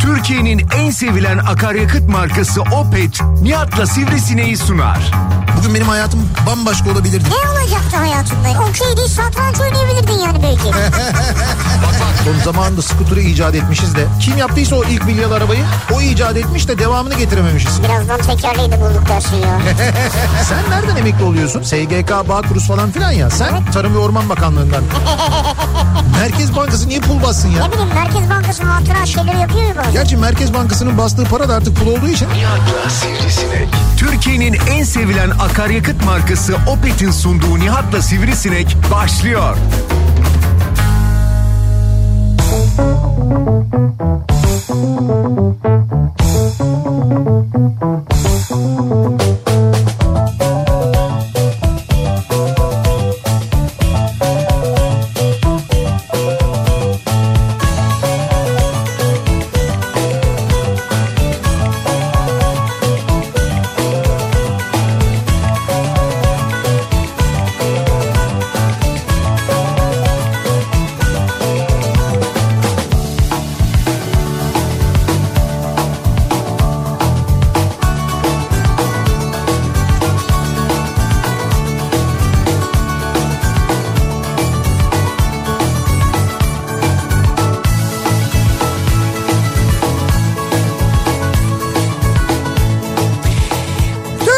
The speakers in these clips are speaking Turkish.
Türkiye'nin en sevilen akaryakıt markası Opet, Nihat'la Sivrisine'yi sunar. Bugün benim hayatım bambaşka olabilirdi. Ne olacaktı hayatında? Okey değil satranç oynayabilirdin yani belki. Oğlum zamanında skuturu icat etmişiz de. Kim yaptıysa o ilk milyar arabayı o icat etmiş de devamını getirememişiz. E Birazdan tekerleği de bulduk dersin ya. Sen nereden emekli oluyorsun? SGK, Bağkuruz falan filan ya. Sen Tarım ve Orman Bakanlığından. Merkez Bankası niye pul bassın ya? ne bileyim Merkez Bankası'nın hatıra şeyleri yapıyor ya bazen. Gerçi Merkez Bankası'nın bastığı para da artık pul olduğu için Nihat'la Sivrisinek. Türkiye'nin en sevilen akaryakıt markası Opet'in sunduğu Nihat'la Sivrisinek başlıyor.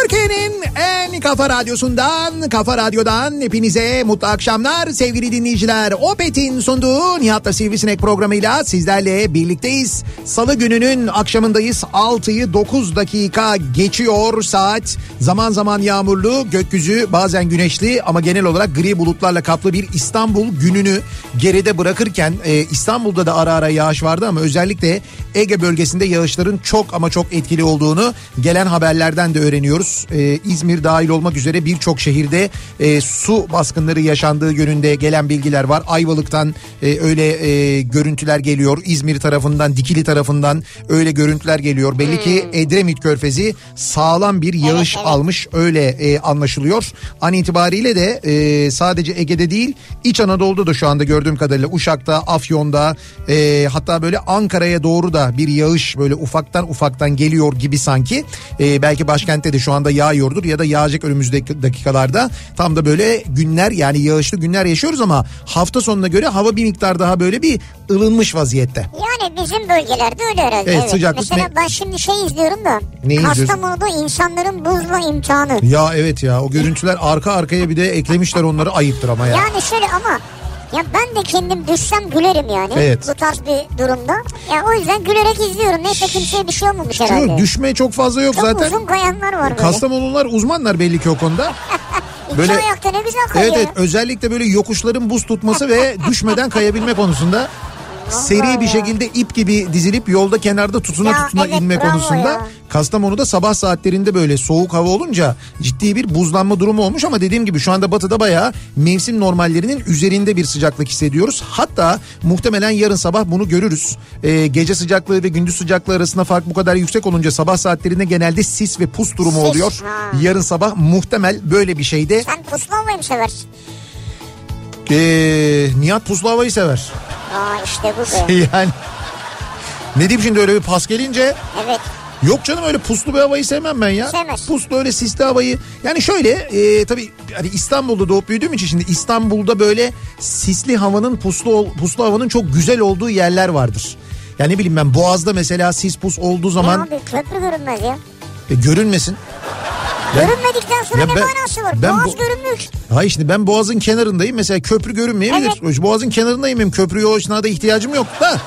Türkiye'nin en kafa radyosundan, kafa radyodan hepinize mutlu akşamlar sevgili dinleyiciler. Opet'in sunduğu Nihat'la Sivrisinek programıyla sizlerle birlikteyiz. Salı gününün akşamındayız. 6'yı 9 dakika geçiyor saat. Zaman zaman yağmurlu, gökyüzü bazen güneşli ama genel olarak gri bulutlarla kaplı bir İstanbul gününü geride bırakırken e, İstanbul'da da ara ara yağış vardı ama özellikle Ege bölgesinde yağışların çok ama çok etkili olduğunu gelen haberlerden de öğreniyoruz. Ee, İzmir dahil olmak üzere birçok şehirde e, su baskınları yaşandığı yönünde gelen bilgiler var. Ayvalık'tan e, öyle e, görüntüler geliyor. İzmir tarafından, Dikili tarafından öyle görüntüler geliyor. Belli ki Edremit Körfezi sağlam bir yağış almış öyle e, anlaşılıyor. An itibariyle de e, sadece Ege'de değil İç Anadolu'da da şu anda gördüğüm kadarıyla Uşak'ta, Afyon'da e, hatta böyle Ankara'ya doğru da bir yağış böyle ufaktan ufaktan geliyor gibi sanki. E, belki başkentte de şu anda yağıyordur ya da yağacak önümüzdeki dakikalarda. Tam da böyle günler yani yağışlı günler yaşıyoruz ama hafta sonuna göre hava bir miktar daha böyle bir ılınmış vaziyette. Yani bizim bölgelerde öyle herhalde. Evet, sıcaklık Mesela ne- ben şimdi şey izliyorum da. Neyi izliyorsun? Kastamonu'da insanların buzla imtihanı. Ya evet ya o görüntüler arka arkaya bir de eklemişler onları ayıptır ama ya. Yani şöyle ama ya ben de kendim düşsem gülerim yani. Evet. Bu tarz bir durumda. Ya o yüzden gülerek izliyorum. Neyse kimseye bir şey olmamış herhalde. Yok, düşme çok fazla yok Çok zaten. uzun kayanlar var böyle. Kastamonlular Ee, uzmanlar belli ki o konuda. İki böyle- ayakta ne güzel kayıyor. Evet evet özellikle böyle yokuşların buz tutması ve düşmeden kayabilme konusunda seri bir şekilde ip gibi dizilip yolda kenarda tutuna Ya tutuna evet, inme bravo konusunda ya. Kastamonu'da sabah saatlerinde böyle soğuk hava olunca ciddi bir buzlanma durumu olmuş ama dediğim gibi şu anda batıda bayağı mevsim normallerinin üzerinde bir sıcaklık hissediyoruz. Hatta muhtemelen yarın sabah bunu görürüz. Ee, gece sıcaklığı ve gündüz sıcaklığı arasında fark bu kadar yüksek olunca sabah saatlerinde genelde sis ve pus durumu Sis, oluyor. ha. Yarın sabah muhtemel böyle bir şey şeyde Sen puslu olmayı mı seversin? ee, Nihat puslu havayı sever. Aa işte bu be. yani ne diyeyim şimdi öyle bir pas gelince Evet. yok canım öyle puslu bir havayı sevmem ben ya. Sevmez. Puslu öyle sisli havayı yani şöyle e, tabii hani İstanbul'da doğup büyüdüğüm için şimdi İstanbul'da böyle sisli havanın puslu ol- puslu havanın çok güzel olduğu yerler vardır. Yani ne bileyim ben Boğaz'da mesela sis pus olduğu Ya zaman abi köprü görünmez ya. e, görünmesin. Ben- Görünmedikten sonra Ya ne ben- manası var? ben Boğaz bu- görünmüş. Hayır şimdi ben Boğaz'ın kenarındayım. Mesela köprü görünmeyebilir. Boğaz'ın kenarındayım. Benim köprüye o esnada ihtiyacım yok da.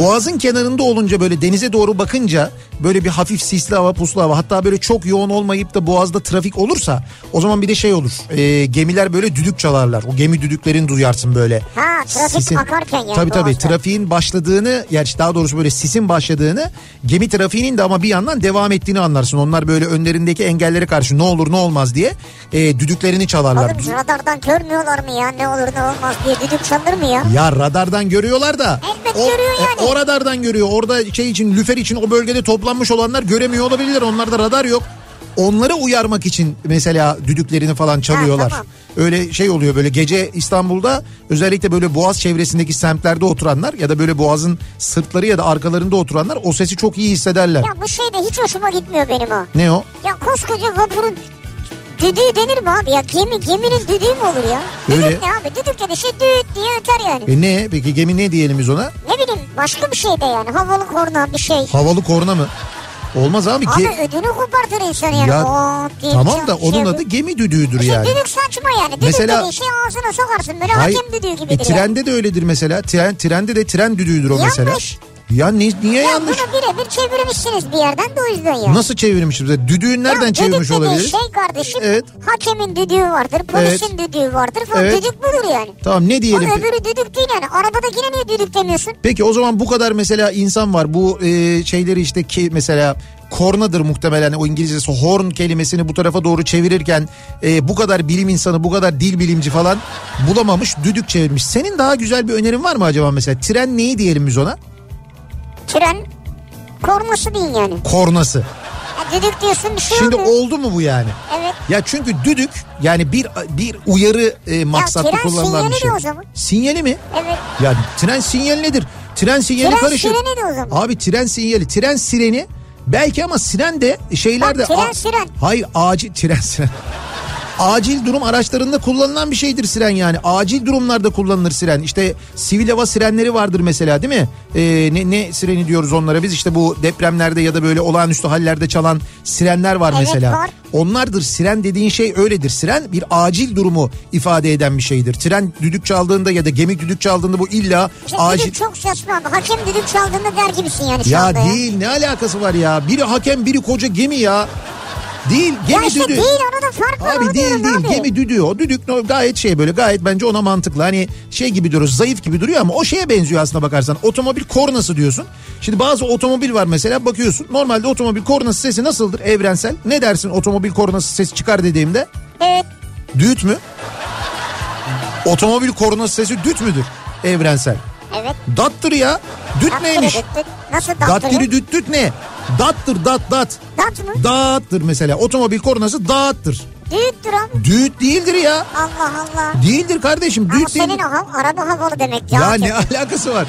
Boğaz'ın kenarında olunca böyle denize doğru bakınca böyle bir hafif sisli hava puslu hava hatta böyle çok yoğun olmayıp da Boğaz'da trafik olursa o zaman bir de şey olur e, gemiler böyle düdük çalarlar o gemi düdüklerini duyarsın böyle. Ha, trafik akarken yani Tabii tabii Boğaz'da. trafiğin başladığını yani işte daha doğrusu böyle sisin başladığını gemi trafiğinin de ama bir yandan devam ettiğini anlarsın onlar böyle önlerindeki engellere karşı ne olur ne olmaz diye e, düdüklerini çalarlar. Oğlum radardan görmüyorlar mı ya? Ne olur ne olmaz diye düdük çalır mı ya? Ya radardan görüyorlar da. Elbet görüyor yani. e, O, radardan görüyor. Orada şey için lüfer için o bölgede toplanmış olanlar göremiyor olabilirler. Onlarda radar yok. onlara uyarmak için mesela düdüklerini falan çalıyorlar. tamam. Öyle şey oluyor böyle gece İstanbul'da özellikle böyle Boğaz çevresindeki semtlerde oturanlar ya da böyle Boğaz'ın sırtları ya da arkalarında oturanlar o sesi çok iyi hissederler. Ya bu şey de hiç hoşuma gitmiyor benim o. Ne o? Ya koskoca vapurun düdüğü denir mi abi ya? Gemi, geminin düdüğü mü olur ya? Öyle. Düdük ne abi? Düdük dedi şey düt diye öter yani. E ne peki gemi ne diyelim biz ona? Ne bileyim başka bir şey de yani havalı korna bir şey. Havalı korna mı? Olmaz abi Abi ki. ödünü kopartır insanı yani. Ya Oo, diye tamam bir da şey onun yok. adı gemi düdüğüdür Şey, yani. Düdük saçma yani. Düdük Mesela- dediğin şey ağzına sokarsın böyle Hayır. hakem düdüğü E, gibidir. yani. trende de öyledir mesela. Tren, trende de tren düdüğüdür o Yanlış. mesela. Ya ne, niye Ya yanlış? bunu birebir çevirmişsiniz bir yerden de o yüzden yani. Nasıl çevirmişiz? Düdüğün nereden Ya çevirmiş düdük dediğin olabiliriz? şey kardeşim Evet. hakemin düdüğü vardır, polisin düdüğü vardır falan. Evet. Düdük budur yani. Tamam ne O diyelim? pe- öbürü düdük değil yani. Arabadakine niye düdük demiyorsun? Peki o zaman bu kadar mesela insan var. Bu e, şeyleri işte ki mesela kornadır muhtemelen o İngilizcesi horn kelimesini bu tarafa doğru çevirirken e, bu kadar bilim insanı bu kadar dil bilimci falan bulamamış düdük çevirmiş. Senin daha güzel bir önerin var mı acaba mesela tren neyi diyelim biz ona? Tren kornası değil yani. Kornası. Ya düdük diyorsun bir şey Şimdi olmuyor. oldu mu bu yani? Evet. Ya çünkü düdük yani bir bir uyarı e, maksatlı tren kullanılan bir sinyali şey. de o zaman. Sinyali mi? Evet. Ya tren sinyali nedir? Tren sinyali Tren karışır. sireni de o zaman. Abi tren sinyali, tren sireni belki ama siren de şeyler Bak, de... tren a- siren. Hayır acil tren siren. Acil durum araçlarında kullanılan bir şeydir siren yani. Acil durumlarda kullanılır siren. İşte sivil hava sirenleri vardır mesela değil mi? Ee, ne, ne sireni diyoruz onlara biz? İşte bu depremlerde ya da böyle olağanüstü hallerde çalan sirenler var Evet, mesela. var. Onlardır siren dediğin şey öyledir. Siren bir acil durumu ifade eden bir şeydir. Tren düdük çaldığında ya da gemi düdük çaldığında bu illa Şey, acil... Düdük çok saçma abi. Hakem düdük çaldığında der gibisin yani şu Ya anda değil ne alakası var ya? Biri hakem biri koca gemi ya. Değil Ya. gemi işte düdüğü. değil arada fark var. Abi onu değil diyorum değil abi. gemi düdüğü o düdük no- gayet şey böyle gayet bence ona mantıklı hani şey gibi diyoruz zayıf gibi duruyor ama o şeye benziyor aslında bakarsan otomobil kornası diyorsun. Şimdi bazı otomobil var mesela bakıyorsun normalde otomobil kornası sesi nasıldır evrensel ne dersin otomobil kornası sesi çıkar dediğimde Evet. düğüt mü? Otomobil kornası sesi düt müdür evrensel? Evet. Dattır ya düt Daktırı neymiş? düt düt. Nasıl daktırı? Dattiri düt düt ne? Dattır dat dat. Dat mı? Dağıttır mesela. Otomobil kornası dağıttır. Düğüttür abi. Düğüt değildir ya. Allah Allah. Değildir kardeşim. Ama Düğüt değil. senin o hav- araba havalı demek ya. Ya ne alakası var?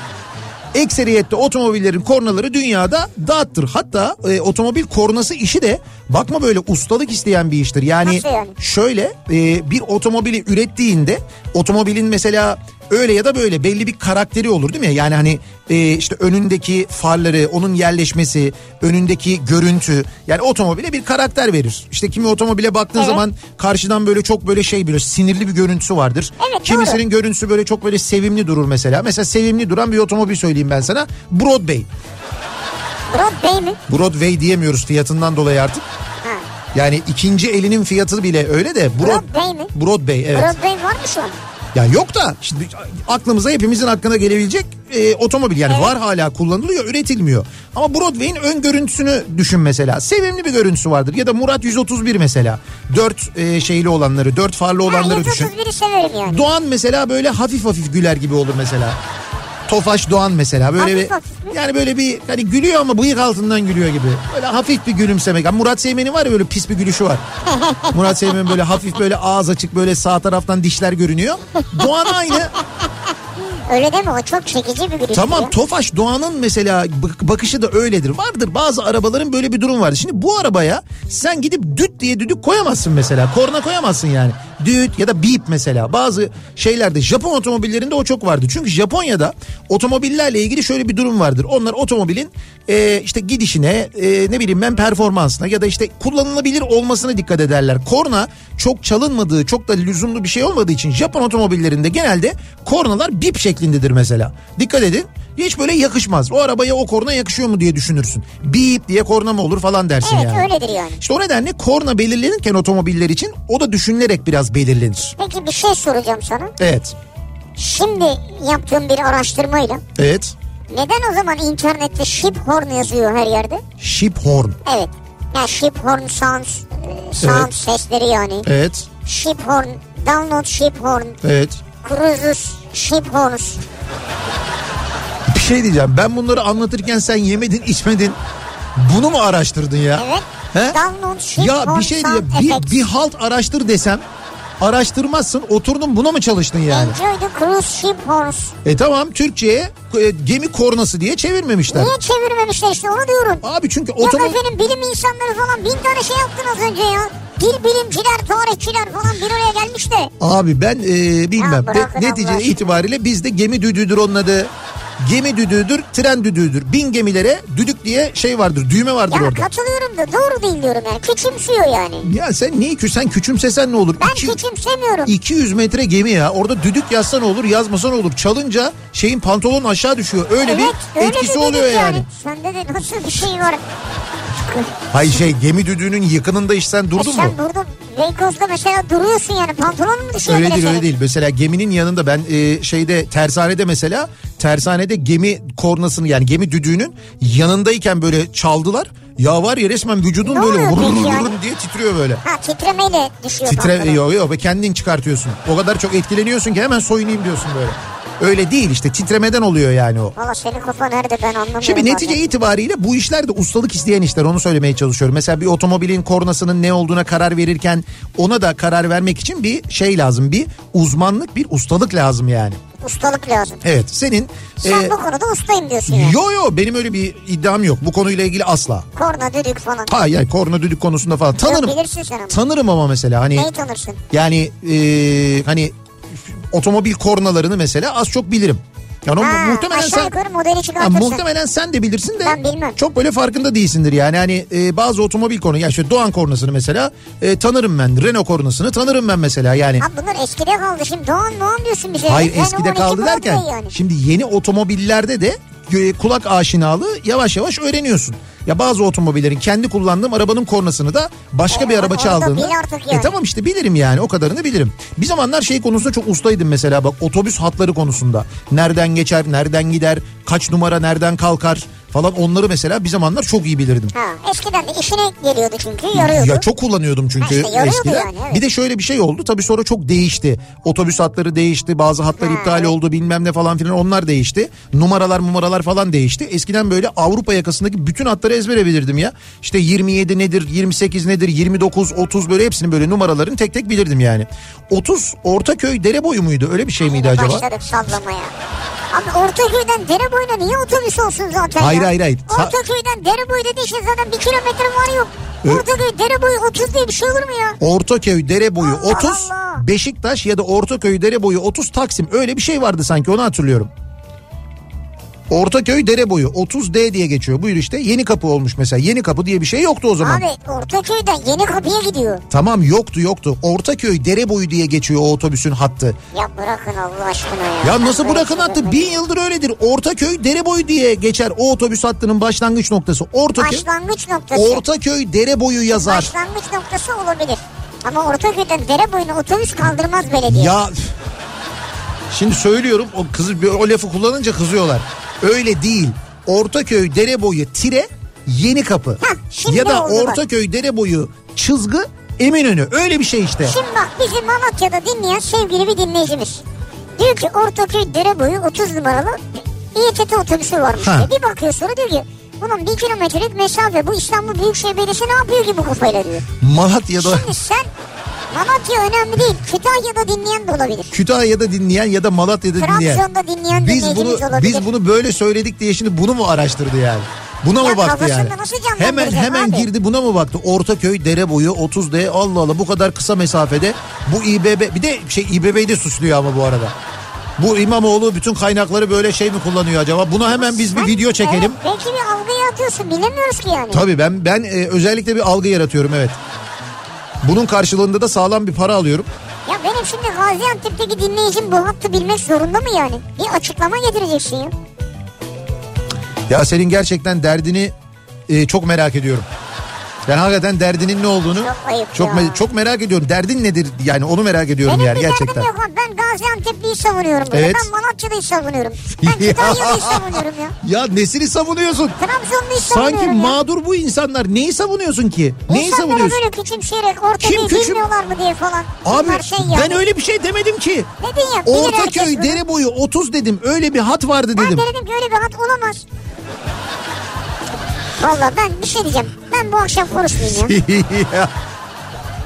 Ekseriyette otomobillerin kornaları dünyada dağıttır. Hatta e, otomobil kornası işi de bakma böyle ustalık isteyen bir iştir. Yani, Nasıl yani? şöyle e, bir otomobili ürettiğinde otomobilin mesela öyle ya da böyle belli bir karakteri olur değil mi? Yani hani e, işte önündeki farları, onun yerleşmesi, önündeki görüntü. Yani otomobile bir karakter verir. İşte kimi otomobile baktığın Evet. zaman karşıdan böyle çok böyle şey böyle sinirli bir görüntüsü vardır. Evet, Kimisinin doğru. görüntüsü böyle çok böyle sevimli durur mesela. Mesela sevimli duran bir otomobil söyleyeyim ben sana. Broadway. Rod Bey mi? Broadway diyemiyoruz fiyatından dolayı artık. Ha. Yani ikinci elinin fiyatı bile öyle de. Broad, Broadway mi? Broadway evet. Rod Bey var mı şu an? Ya yok da şimdi aklımıza hepimizin hakkına gelebilecek e, otomobil yani var hala kullanılıyor üretilmiyor. Ama Broadway'in ön görüntüsünü düşün mesela. Sevimli bir görüntüsü vardır ya da Murat 131 mesela. Dört e, şeyli olanları, dört farlı Ha, olanları düşün. 131'i severim yani. Doğan mesela böyle hafif hafif güler gibi olur mesela. Tofaş Doğan mesela böyle Hafif bir hafif mi? yani böyle bir hani gülüyor ama bıyık altından gülüyor gibi. Böyle hafif bir gülümsemek. Yani Murat Seymen'in var ya böyle pis bir gülüşü var. Murat Seymen böyle hafif böyle ağız açık böyle sağ taraftan dişler görünüyor. Doğan aynı. Öyle deme o çok çekici bir gülüş. Tamam ya. Tofaş Doğan'ın mesela bak- bakışı da öyledir. Vardır bazı arabaların böyle bir durum vardır. Şimdi bu arabaya sen gidip düt diye düdük koyamazsın mesela. Korna koyamazsın yani. Düt ya da bip mesela. Bazı şeylerde Japon otomobillerinde o çok vardı. Çünkü Japonya'da otomobillerle ilgili şöyle bir durum vardır. Onlar otomobilin e, işte gidişine e, ne bileyim ben performansına ya da işte kullanılabilir olmasına dikkat ederler. Korna çok çalınmadığı çok da lüzumlu bir şey olmadığı için Japon otomobillerinde genelde kornalar bip şeklindedir mesela. Dikkat edin hiç böyle yakışmaz. O arabaya o korna yakışıyor mu diye düşünürsün. Bip diye korna mı olur falan dersin Evet yani. öyledir yani. İşte o nedenle korna belirlenirken otomobiller için o da düşünülerek biraz belirlenir. Peki bir şey soracağım sana. Evet. Şimdi yaptığım bir araştırmayla Evet. neden o zaman internette ship horn yazıyor her yerde? Ship horn. Evet. Ya ship horn sounds, e, sound Evet. sesleri yani. Evet. Ship horn, download ship horn, Evet. cruises ship horns. Bir şey diyeceğim. Ben bunları anlatırken sen yemedin, içmedin. Bunu mu araştırdın ya? Evet. He? Download, shift, Ya bir şey diye sound bir, effects. bir halt araştır desem araştırmazsın oturdun buna mı çalıştın yani? Enjoy the cruise ship horse. E tamam Türkçe'ye e, gemi kornası diye çevirmemişler. Niye çevirmemişler işte onu diyorum. Abi çünkü Ya otomobil... efendim bilim insanları falan bin tane şey yaptın az önce ya. Dil bilimciler, tarihçiler falan bir oraya gelmiş de. Abi ben e, bilmem. Ya bırakın Ne- Allah netice aşkına. itibariyle bizde gemi düdüğüdür onun adı. Gemi düdüğüdür, tren düdüğüdür. Bin gemilere düdük diye şey vardır, düğme vardır Ya orada. katılıyorum da doğru değil diyorum yani. Küçümsüyor yani. Ya sen niye kü sen küçümsesen ne olur? Ben İki- küçümsemiyorum. 200 metre gemi ya. Orada düdük yazsan olur, yazmasan olur. Çalınca şeyin pantolon aşağı düşüyor. Öyle evet bir öyle etkisi bir dedik oluyor yani. Sende de nasıl bir şey var? Hayır şey gemi düdüğünün yakınında işsen E durdun mu? sen burada Beykoz'da mesela duruyorsun yani pantolon mu düşüyor? Öyle bile değil öyle senin? değil. Mesela geminin yanında ben e, şeyde tersanede mesela tersanede gemi kornasını yani gemi düdüğünün yanındayken böyle çaldılar. Ya var ya resmen vücudun Ne böyle oluyor vurun peki yani? vurun diye titriyor böyle. Ha titremeyle düşüyor Titre pantolon. yok yok ve kendin çıkartıyorsun. O kadar çok etkileniyorsun ki hemen soyunayım diyorsun böyle. Öyle değil işte titremeden oluyor yani o. Valla senin kafa nerede ben anlamıyorum. Şimdi bazen. netice itibariyle bu işler de ustalık isteyen işler onu söylemeye çalışıyorum. Mesela bir otomobilin kornasının ne olduğuna karar verirken ona da karar vermek için bir şey lazım. Bir uzmanlık bir ustalık lazım yani. Ustalık lazım. Evet senin... Sen e, bu konuda ustayım diyorsun yani. yo yo benim öyle bir iddiam yok bu konuyla ilgili asla. Korna düdük falan. Hayır yani korna düdük konusunda falan tanırım. Yok, bilirsin sen ama. Tanırım ama mesela hani Neyi tanırsın? yani e, hani otomobil kornalarını mesela az çok bilirim. Yani o mu- Ha, muhtemelen aşağı sen yukarı modeli Ha, çıkartırsın. muhtemelen sen de bilirsin de Ben bilmem. çok böyle farkında değilsindir yani hani e, bazı otomobil konu ya işte Doğan kornasını mesela e, tanırım ben Renault kornasını tanırım ben mesela yani Abi bunlar eskide kaldı. Şimdi Doğan Doğan diyorsun bize. Hayır Yani eskide 12 kaldı Broadway derken yani. şimdi yeni otomobillerde de e, kulak aşinalığı yavaş yavaş öğreniyorsun. Ya bazı otomobillerin kendi kullandığım arabanın kornasını da başka E, bir araba onu da çaldığında. bil artık yani. E tamam işte bilirim yani o kadarını bilirim. Bir zamanlar şey konusunda çok ustaydım mesela bak otobüs hatları konusunda. Nereden geçer, nereden gider, kaç numara nereden kalkar falan onları mesela bir zamanlar çok iyi bilirdim. Ha, eskiden de işine geliyordu çünkü Şey yarıyordu. Ya çok kullanıyordum çünkü Ha işte yarıyordu eskiden. yani, evet. Bir de şöyle bir şey oldu. Tabii sonra çok değişti. Otobüs hatları değişti. Bazı hatlar iptal oldu bilmem ne falan filan onlar değişti. Numaralar numaralar falan değişti. Eskiden böyle Avrupa yakasındaki bütün hatları ezbere bilirdim ya. İşte 27 nedir, 28 nedir, 29, 30 böyle hepsini böyle numaralarını tek tek bilirdim yani. 30 Ortaköy dere boyu muydu? Öyle bir şey miydi acaba? Başladık sallamaya. Abi Ortaköy'den Dereboy'la niye otobüs olsun zaten Hayır, ya? hayır, hayır. Sa- Ortaköy'den Dereboy dediği için zaten bir kilometre var yok. Ö- Ortaköy Dereboy 30 diye bir şey olur mu ya? Ortaköy dere boyu Allah 30, Allah. Beşiktaş ya da Ortaköy dere boyu 30 Taksim öyle bir şey vardı sanki onu hatırlıyorum. Ortaköy dere boyu 30D diye geçiyor. Buyur işte yeni kapı olmuş mesela. Yeni kapı diye bir şey yoktu o zaman. Abi Ortaköy'den yeni kapıya gidiyor. Tamam yoktu yoktu. Ortaköy dere boyu diye geçiyor o otobüsün hattı. Ya bırakın Allah aşkına ya. Ya Ben nasıl böyle bırakın şey hattı? görmedim. Bin yıldır öyledir. Ortaköy dere boyu diye geçer o otobüs hattının başlangıç noktası. Ortaköy, Başlangıç noktası. Ortaköy dere boyu yazar. Başlangıç noktası olabilir. Ama Ortaköy'den Dereboy'una otobüs kaldırmaz belediye. Ya şimdi söylüyorum o kızı bir- o lafı kullanınca kızıyorlar. Öyle değil. Ortaköy Dereboyu tire Yeni Kapı Hah, şimdi ya da oldu bak. Ortaköy Dereboyu Çizgı Eminönü. Öyle bir şey işte. Şimdi bak bizi Malatya'da dinleyen sevgili bir dinleyicimiz. Diyor ki Ortaköy Dereboyu 30 numaralı İETT otobüsü varmış. Ha. E bir bakıyor sonra diyor ki bunun bir kilometrelik mesafe bu İstanbul Büyükşehir Belediyesi ne yapıyor ki bu kafayla diyor. Malatya'da Şimdi sen Malatya önemli değil Kütahya'da dinleyen de olabilir. Kütahya'da dinleyen ya da Malatya'da dinleyen. Trabzon'da dinleyen Biz bunu dinleyicimiz olabilir. biz bunu böyle söyledik diye şimdi bunu mu araştırdı yani? Buna mı Ya baktı kafasında yani? nasıl Hemen canlandıracak hemen abi? girdi buna mı baktı? Ortaköy Dereboyu 30D Allah Allah bu kadar kısa mesafede bu İBB bir de şey İBB'yi de suçluyor ama bu arada. Bu İmamoğlu bütün kaynakları böyle şey mi kullanıyor acaba? Buna hemen biz bir Sen- video çekelim. Evet, belki bir algıya atıyorsun bilemiyoruz ki yani. Tabii ben ben e, özellikle bir algı yaratıyorum evet. Bunun karşılığında da sağlam bir para alıyorum. Ya benim şimdi Gaziantep'teki dinleyicim bu hattı bilmek zorunda mı yani? Bir açıklama getireceksin ya. Ya senin gerçekten derdini e, çok merak ediyorum. Ben hakikaten derdinin ne olduğunu Çok ayıp çok, ya. me- çok merak ediyorum. Derdin nedir? Yani onu merak ediyorum Benim yani bir gerçekten. derdim yok abi. Ben Gaziantep'liyi savunuyorum. burada. Evet. Ben Malatya'lıyı savunuyorum. Ben Ya. Kütahyalı'yı savunuyorum ya. Ya nesini savunuyorsun? Trabzonlu'yu savunuyorum Sanki ya. mağdur bu insanlar. Neyi savunuyorsun ki? Neyi İnsanlara savunuyorsun? böyle küçümseyerek ortaya Kim Kim küçüm- bilmiyorlar mı diye falan. Abi Bunlar şey ben yani. öyle bir şey demedim ki. Dedin ya. bilir herkes Ortaköy bunu. dere boyu 30 dedim. Öyle bir hat vardı şey Ben dedim. de dedim ki öyle bir hat olamaz. Valla ben bir şey diyeceğim. Ben bu akşam konuşmayayım ya.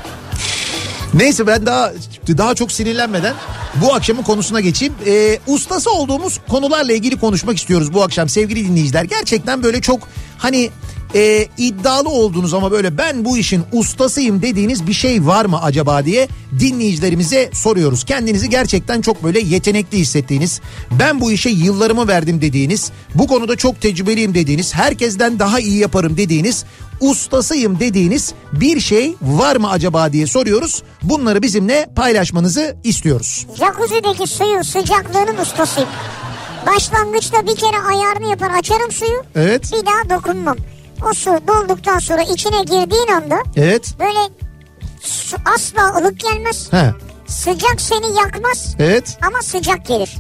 Neyse ben daha daha çok sinirlenmeden bu akşamın konusuna geçeyim. Ee, ustası olduğumuz konularla ilgili konuşmak istiyoruz bu akşam sevgili dinleyiciler. Gerçekten böyle çok hani e, iddialı olduğunuz ama böyle ben bu işin ustasıyım dediğiniz bir şey var mı acaba diye dinleyicilerimize soruyoruz. Kendinizi gerçekten çok böyle yetenekli hissettiğiniz, ben bu işe yıllarımı verdim dediğiniz, bu konuda çok tecrübeliyim dediğiniz, herkesten daha iyi yaparım dediğiniz ustasıyım dediğiniz bir şey var mı acaba diye soruyoruz. Bunları bizimle paylaşmanızı istiyoruz. Jacuzzi'deki suyun sıcaklığının ustasıyım. Başlangıçta bir kere ayarını yapar açarım suyu. Evet. Bir daha dokunmam. O su dolduktan sonra içine girdiğin anda Evet. böyle su asla ılık gelmez. He. Sıcak seni yakmaz Evet. ama sıcak gelir.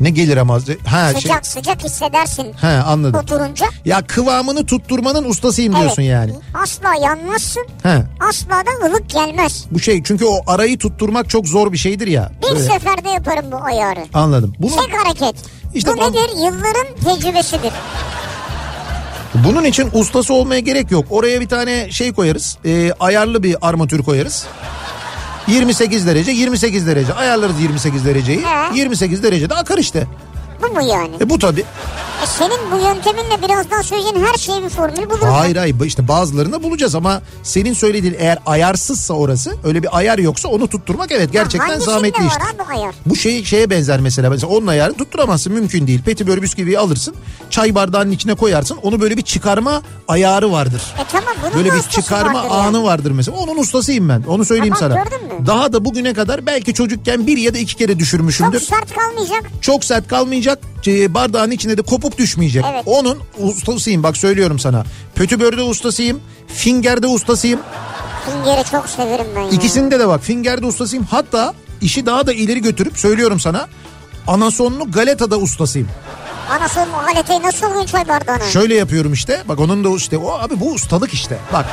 Ne gelir ama? Ha, şey, Sıcak sıcak hissedersin he, anladım. oturunca. Ya kıvamını tutturmanın ustasıyım diyorsun Evet. yani. Asla yanmazsın. He. Asla da ılık gelmez. Bu şey çünkü o arayı tutturmak çok zor bir şeydir ya. Bir Böyle. seferde yaparım bu ayarı. Anladım. Bunu, Tek hareket. İşte bu bu- nedir? Yılların tecrübesidir. bunun için ustası olmaya gerek yok. Oraya bir tane şey koyarız. e, ayarlı bir armatür koyarız. 28 derece 28 derece ayarlarız 28 dereceyi. He. 28 derecede akar işte. Bu mu yani? E bu tabii. E senin bu yönteminle birazdan söyleyeceğin her şeyin bir formülü bulursun. Hayır hayır işte bazılarını bulacağız ama senin söylediğin eğer ayarsızsa orası öyle bir ayar yoksa onu tutturmak evet gerçekten Hangisinde zahmetli var işte. abi ayar? Bu şey şeye benzer mesela. Mesela onun ayarını tutturamazsın mümkün değil. Petibör bisküviyi alırsın çay bardağının içine koyarsın onu böyle bir çıkarma ayarı vardır. E tamam bunun Böyle da bir ustası çıkarma vardır anı yani. vardır mesela. Onun ustasıyım ben. Onu söyleyeyim Ha bak, sana. gördün mü? Daha da bugüne kadar belki çocukken bir ya da iki kere düşürmüşümdür. Çok sert kalmayacak. Çok sert kalmayacak. e, Bardağın içinde de kopup düşmeyecek. Evet. Onun ustasıyım bak söylüyorum sana. Pötübörde ustasıyım. Finger'de ustasıyım. Fingeri çok severim ben ya. İkisinde de bak Finger'de ustasıyım. Hatta işi daha da ileri götürüp söylüyorum sana. Anasonlu Galeta'da ustasıyım. Anasının o aleteyi nasıl oluyor çay bardağına? Şöyle yapıyorum işte. Bak onun da işte o abi bu ustalık işte. Bak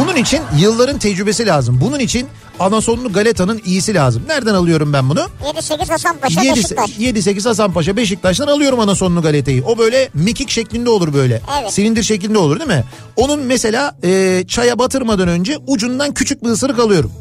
bunun için yılların tecrübesi lazım. Bunun için Anasonlu Galeta'nın iyisi lazım. Nereden alıyorum ben bunu? 7-8 Hasan Paşa 7 Beşiktaş. 8 Hasanpaşa Beşiktaş'tan alıyorum Anasonlu Galeta'yı. O böyle mekik şeklinde olur böyle. Evet. Silindir şeklinde olur değil mi? Onun mesela e, çaya batırmadan önce ucundan küçük bir ısırık alıyorum.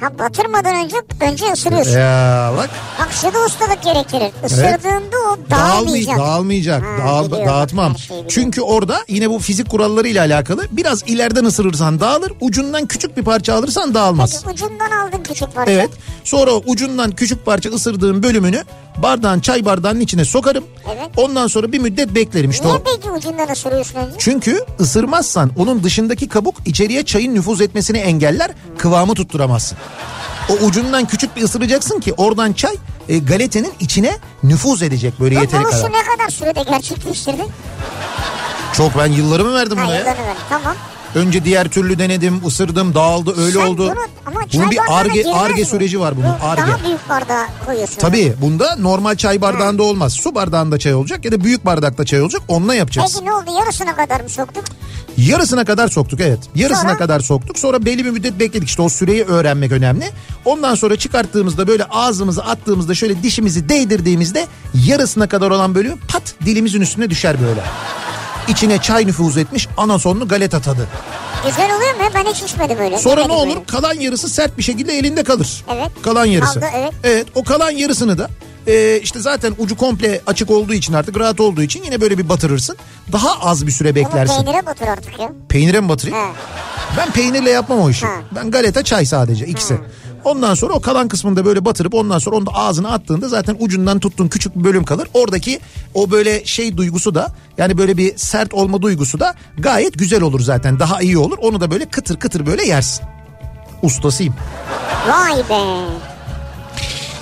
Ha batırmadan önce önce ısırıyorsun. Ya bak Bak şu da ustalık gerektirir. Isırdığında o dağılmayacak. dağılmayacak. Dağılmayacak. Ha, Dağıl- biliyorum. dağıtmam. Her şeyi biliyorum. Çünkü orada yine bu fizik kurallarıyla alakalı biraz ileriden ısırırsan dağılır. Ucundan küçük bir parça alırsan dağılmaz. Peki ucundan aldın küçük parça. Evet. Sonra o ucundan küçük parça ısırdığım bölümünü bardağın çay bardağının içine sokarım. Evet. Ondan sonra bir müddet beklerim işte. Niye o- peki ucundan ısırıyorsun önce? Çünkü ısırmazsan onun dışındaki kabuk içeriye çayın nüfuz etmesini engeller, kıvamı tutturamazsın. O ucundan küçük bir ısıracaksın ki oradan çay e, galetenin içine nüfuz edecek böyle Ya yeteri bunu kadar. şu ne kadar sürede gerçekleştirdin? Çok ben yıllarımı verdim buna Hayır ya. dönüver. Tamam. Önce diğer türlü denedim, ısırdım, dağıldı, öyle Sen oldu. Bunu, ama çay Bunun bir bardağına arge girmez arge mi? süreci var bunun Bu arge. Daha büyük bardağa koyuyorsun. Tabii bunda normal çay bardağında olmaz. Su bardağında çay olacak ya da büyük bardakta çay olacak. Onunla yapacağız. Peki ne oldu yarısına kadar mı soktuk? Yarısına kadar soktuk evet. Yarısına Sonra? kadar soktuk. Sonra belli bir müddet bekledik. İşte o süreyi öğrenmek önemli. Ondan sonra çıkarttığımızda böyle ağzımızı attığımızda şöyle dişimizi değdirdiğimizde yarısına kadar olan bölümü pat dilimizin üstüne düşer böyle. İçine çay nüfuz etmiş anasonlu galeta tadı. Güzel oluyor mu? Ben hiç içmedim öyle. Sonra ne Yemedim olur öyle. kalan yarısı sert bir şekilde elinde kalır. Evet. Kalan yarısı. Aldı, evet. o kalan yarısını da e, işte zaten ucu komple açık olduğu için artık rahat olduğu için yine böyle bir batırırsın. Daha az bir süre Bunu beklersin. peynire batır artık ya. Peynire mi batırayım? He. Ben peynirle yapmam o işi. Ha. Ben galeta çay sadece ikisi. Ondan sonra o kalan kısmında böyle batırıp ondan sonra onu da ağzına attığında zaten ucundan tuttuğun küçük bir bölüm kalır. Oradaki o böyle şey duygusu da yani böyle bir sert olma duygusu da gayet güzel olur zaten. Daha iyi olur. Onu da böyle kıtır kıtır böyle yersin. Ustasıyım. Vay be.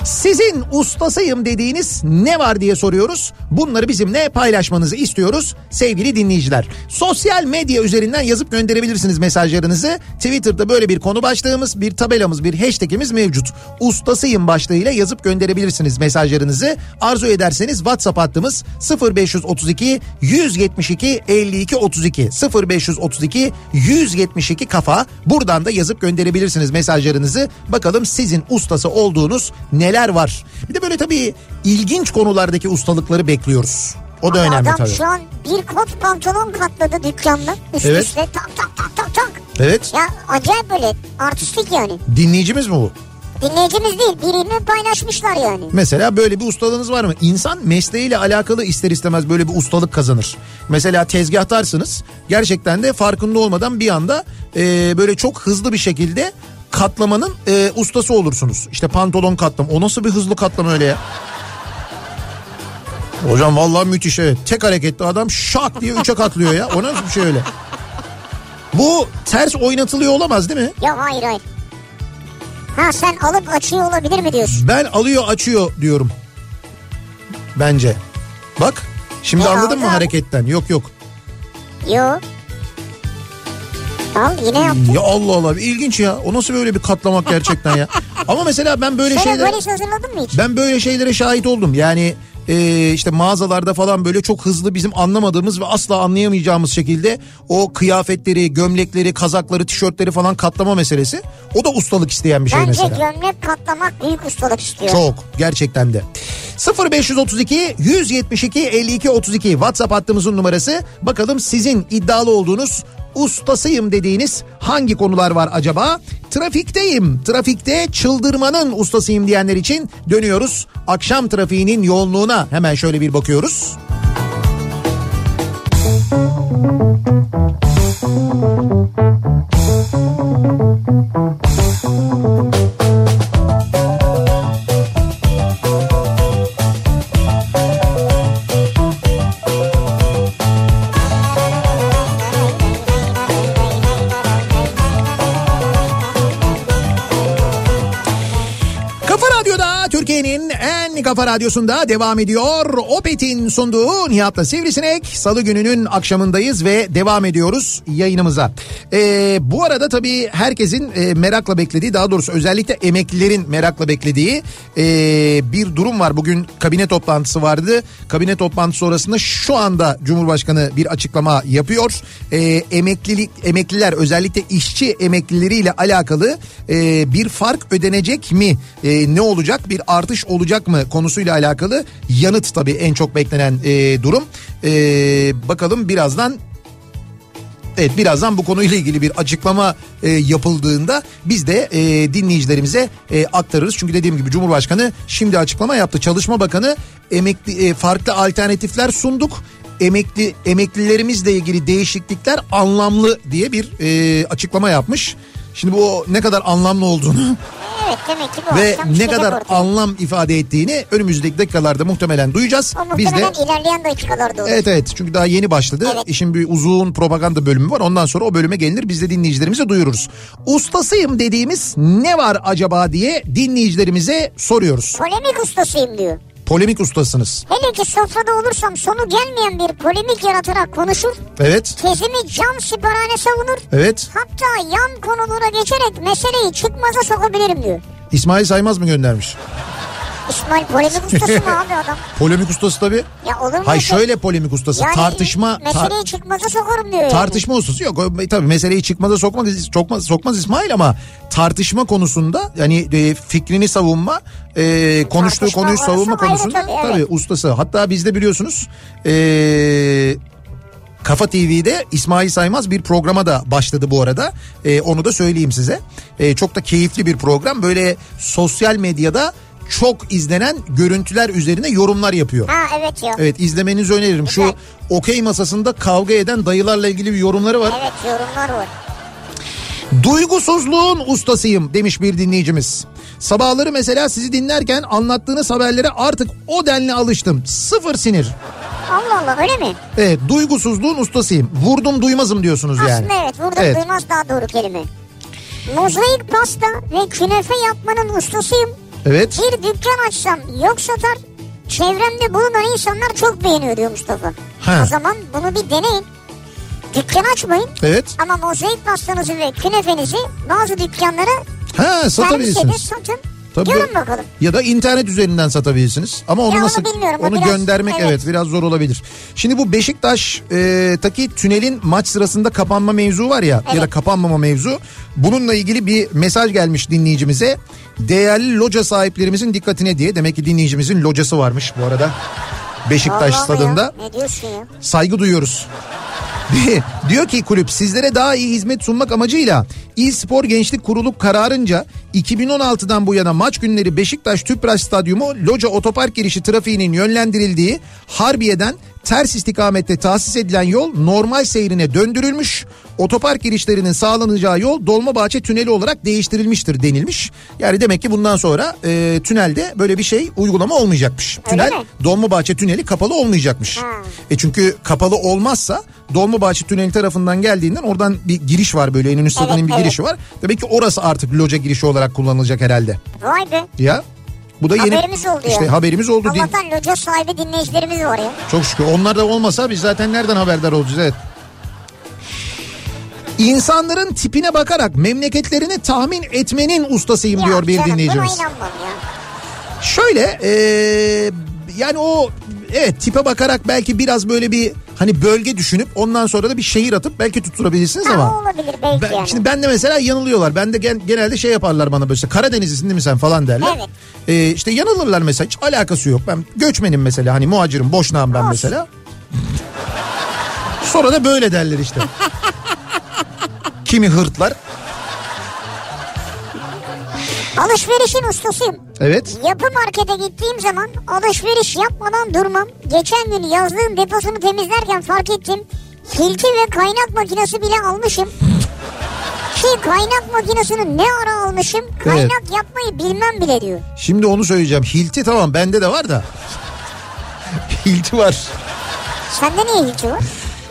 Sizin ustasıyım dediğiniz ne var diye soruyoruz. Bunları bizimle paylaşmanızı istiyoruz sevgili dinleyiciler. Sosyal medya üzerinden yazıp gönderebilirsiniz mesajlarınızı. Twitter'da böyle bir konu başlığımız, bir tabelamız, bir hashtagimiz mevcut. Ustasıyım başlığıyla yazıp gönderebilirsiniz mesajlarınızı. Arzu ederseniz WhatsApp hattımız 0532 172 52 32 0532 172 kafa. Buradan da yazıp gönderebilirsiniz mesajlarınızı. Bakalım sizin ustası olduğunuz neler var. Bir de böyle tabii ilginç konulardaki ustalıkları bekliyoruz. O da Ama önemli adam tabii. şu an bir kot pantolon katladı dükkanla. Üst Evet. üste tak tak tak tak tak. Evet. Ya acayip böyle artistik yani. Dinleyicimiz mi bu? Dinleyicimiz değil birini paylaşmışlar yani. Mesela böyle bir ustalığınız var mı? İnsan mesleğiyle alakalı ister istemez böyle bir ustalık kazanır. Mesela tezgahtarsınız. Gerçekten de farkında olmadan bir anda e, böyle çok hızlı bir şekilde katlamanın e, ustası olursunuz. İşte pantolon katlama. O nasıl bir hızlı katlama öyle ya? Hocam vallahi müthiş evet. Tek hareketli adam şak diye üçe katlıyor ya. O nasıl bir şey öyle? Bu ters oynatılıyor olamaz değil mi? Ya hayır hayır. Ha sen alıp açıyor olabilir mi diyorsun? Ben alıyor açıyor diyorum. Bence. Bak şimdi Ne anladın aldı? mı hareketten? Yok yok. Yo. Al yine yaptın. Ya Allah Allah ilginç ya. O nasıl böyle bir katlamak gerçekten ya. Ama mesela ben böyle Sen şeyler böyle şey hazırladın mı hiç? ben böyle şeylere şahit oldum. Yani e, işte mağazalarda falan böyle çok hızlı bizim anlamadığımız ve asla anlayamayacağımız şekilde o kıyafetleri, gömlekleri, kazakları, tişörtleri falan katlama meselesi. O da ustalık isteyen bir şey Bence mesela. gömlek katlamak büyük ustalık istiyor. Çok gerçekten de. 0532 172 52 32 WhatsApp hattımızın numarası. Bakalım sizin iddialı olduğunuz ustasıyım dediğiniz hangi konular var acaba? Trafikteyim. Trafikte çıldırmanın ustasıyım diyenler için dönüyoruz. Akşam trafiğinin yoğunluğuna hemen şöyle bir bakıyoruz. Kafa Radyo'da Türkiye'nin en kafa radyosunda devam ediyor. Opet'in sunduğu Nihat'la Sivrisinek. Salı gününün akşamındayız ve devam ediyoruz yayınımıza. Ee, bu arada tabii herkesin e, merakla beklediği daha doğrusu özellikle emeklilerin merakla beklediği e, bir durum var. Bugün kabine toplantısı vardı. Kabine toplantısı sonrasında şu anda Cumhurbaşkanı bir açıklama yapıyor. Ee, emeklilik emekliler özellikle işçi emeklileriyle alakalı e, bir fark ödenecek mi? E, ne olacak? Bir artış olacak mı? Konusuyla alakalı yanıt tabii en çok beklenen e, durum. E, bakalım birazdan Evet birazdan bu konuyla ilgili bir açıklama e, yapıldığında biz de e, dinleyicilerimize e, aktarırız. Çünkü dediğim gibi Cumhurbaşkanı şimdi açıklama yaptı. Çalışma Bakanı emekli e, farklı alternatifler sunduk. Emekli emeklilerimizle ilgili değişiklikler anlamlı diye bir e, açıklama yapmış. Şimdi bu o ne kadar anlamlı olduğunu Evet demek ki bu ve akşam ne çıkacak kadar ortaya. anlam ifade ettiğini önümüzdeki dakikalarda muhtemelen duyacağız. O Biz de muhtemelen ilerleyen dakikalarda olur. Evet evet çünkü daha yeni başladı. Evet. İşin bir uzun propaganda bölümü var. Ondan sonra o bölüme gelinir. Biz de dinleyicilerimize duyururuz. Ustasıyım dediğimiz ne var acaba diye dinleyicilerimize soruyoruz. Polemik ustasıyım diyor. Polemik ustasınız. Hele ki sofrada olursam sonu gelmeyen bir polemik yaratarak konuşur. Evet. Tezimi cam siparhane savunur. Evet. Hatta yan konulara geçerek meseleyi çıkmaza sokabilirim diyor. İsmail Saymaz mı göndermiş? İsmail polemik ustası mı abi adam? Polemik ustası tabii. Ya olur mu? Hayır öyle şey? şöyle polemik ustası. Yani tartışma tar- Meseleyi çıkmaza sokarım diyor yani. tartışma ustası yok. O, Tabii meseleyi çıkmaza sokmaz, sokmaz, sokmaz İsmail ama tartışma konusunda yani e, fikrini savunma, e, konuştuğu Tartışma konuyu konusu savunma ayrı konusunda tabii, evet. tabii ustası. Hatta bizde biliyorsunuz e, Kafa TV'de İsmail Saymaz bir programa da başladı bu arada. Ee, onu da söyleyeyim size. Ee, çok da keyifli bir program. Böyle sosyal medyada çok izlenen görüntüler üzerine yorumlar yapıyor. Ha evet ya. Evet izlemenizi öneririm. Şu Güzel. okey masasında kavga eden dayılarla ilgili bir yorumları var. Evet yorumlar var. Duygusuzluğun ustasıyım demiş bir dinleyicimiz. Sabahları mesela sizi dinlerken anlattığınız haberlere artık o denli alıştım. Sıfır sinir. Allah Allah öyle mi? Evet duygusuzluğun ustasıyım. Vurdum duymazım diyorsunuz yani. Aslında evet burada Evet. duymaz daha doğru kelime. Mozaik pasta ve künefe yapmanın ustasıyım. Evet. Bir dükkan açsam yok satar. Çevremde bulunan insanlar çok beğeniyor diyor Mustafa. Ha. O zaman bunu bir deneyin. Dükkan açmayın. Evet. Ama mozaik pastanızı ve künefenizi bazı dükkanlara şey Ha servis edin satabilirsiniz. satın. Tabii. Görün bakalım. Ya da internet üzerinden satabilirsiniz. Ama onu Ya onu nasıl bilmiyorum. O onu biraz- göndermek evet. evet. biraz zor olabilir. Şimdi bu Beşiktaş'taki tünelin maç sırasında kapanma mevzu var ya ya da Evet. kapanmama mevzu. Bununla ilgili bir mesaj gelmiş dinleyicimize. Değerli loca sahiplerimizin dikkatine diye. Demek ki dinleyicimizin locası varmış bu arada. Beşiktaş Vallahi mi stadında. Ya? Ne diyorsun ya? saygı duyuyoruz. Diyor ki kulüp sizlere daha iyi hizmet sunmak amacıyla İl Spor Gençlik Kurulu kararınca 2016'dan bu yana maç günleri Beşiktaş Tüpraş Stadyumu Loca Otopark girişi trafiğinin yönlendirildiği Harbiye'den ters istikamette tahsis edilen yol normal seyrine döndürülmüş. Otopark girişlerinin sağlanacağı yol Dolmabahçe Tüneli olarak değiştirilmiştir denilmiş. Yani demek ki bundan sonra e, tünelde böyle bir şey uygulama olmayacakmış. Öyle Tünel mi? Dolmabahçe Tüneli kapalı olmayacakmış. E çünkü kapalı olmazsa Dolmabahçe Tüneli tarafından geldiğinden oradan bir giriş var böyle en üst stadının Evet, bir evet. girişi var. Demek ki orası artık loca girişi olarak kullanılacak herhalde. Vay be. Ya bu da yeni Haberimiz oldu ya. işte haberimiz oldu değil. Allah'tan loca sahibi dinleyicilerimiz var ya. Çok şükür. Onlar da olmasa biz zaten nereden haberdar olacağız evet. İnsanların tipine bakarak memleketlerini tahmin etmenin ustasıyım Ya diyor bir canım, dinleyicimiz. Buna inanmam ya. Şöyle eee, yani o evet tipe bakarak belki biraz böyle bir hani bölge düşünüp ondan sonra da bir şehir atıp belki tutturabilirsiniz Ha, ama. olabilir belki Ben, yani. şimdi ben de mesela yanılıyorlar. Ben de gen- genelde şey yaparlar bana böyle işte Karadenizlisin değil mi sen falan derler. Evet. Ee, işte yanılırlar mesela hiç alakası yok. Ben göçmenim mesela hani muhacirim boşnağım ben Olsun. mesela. Sonra da böyle derler işte. Kimi hırtlar. Alışverişin ustasıyım. Evet. Yapı markete gittiğim zaman alışveriş yapmadan durmam. Geçen gün yazlığın deposunu temizlerken fark ettim. Filtre ve kaynak makinesi bile almışım. Ki kaynak makinesini ne ara almışım? Kaynak yapmayı bilmem bile diyor. Şimdi onu söyleyeceğim. Hilti tamam bende de var da. Hilti var. Sende niye hiç var?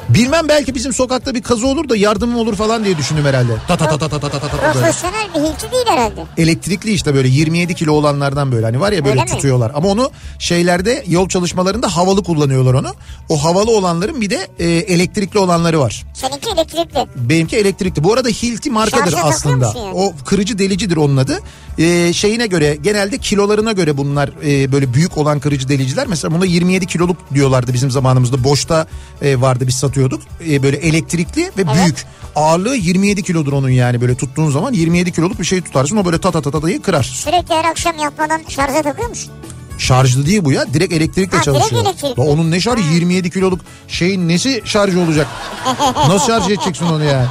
Bilmem belki bizim sokakta bir kazı olur da yardımım olur falan diye düşündüm herhalde. Ta ta ta ta ta ta ta ta ta böyle. Profesyonel bir hilti değil herhalde. Elektrikli işte böyle 27 kilo olanlardan böyle hani var ya böyle Öyle mi? tutuyorlar. Ama onu şeylerde yol çalışmalarında havalı kullanıyorlar onu. O havalı olanların bir de e, elektrikli olanları var. Seninki elektrikli. Benimki elektrikli. Bu arada Hilti markadır Şarja takıyor aslında. musun yani? O kırıcı delicidir onun adı. Ee, şeyine göre genelde kilolarına göre bunlar e, böyle büyük olan kırıcı deliciler. Mesela buna 27 kiloluk diyorlardı bizim zamanımızda. Boşta e, vardı biz satıyorduk. E, böyle elektrikli ve büyük. Ağırlığı 27 kilodur onun yani böyle tuttuğun zaman 27 kiloluk bir şey tutarsın. O böyle ta ta ta ta tayı kırar. Sürekli her akşam yapmadan şarja takıyor musun? Şarjlı değil bu ya. Direkt elektrikle Ha, direkt çalışıyor. elektrikli. La onun ne şarjı? 27 kiloluk şeyin nesi şarj olacak? Nasıl şarj edeceksin onu ya?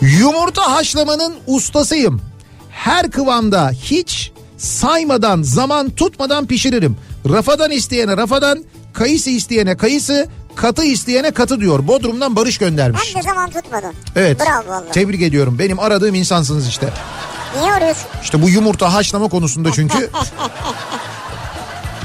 Yumurta haşlamanın ustasıyım. Her kıvamda hiç saymadan, zaman tutmadan pişiririm. Rafadan isteyene rafadan, kayısı isteyene kayısı, katı isteyene katı diyor. Bodrum'dan Barış göndermiş. Hem de zaman tutmadın. Evet. Bravo valla. Tebrik ediyorum. Benim aradığım insansınız işte. niye arıyorsun? İşte bu yumurta haşlama konusunda çünkü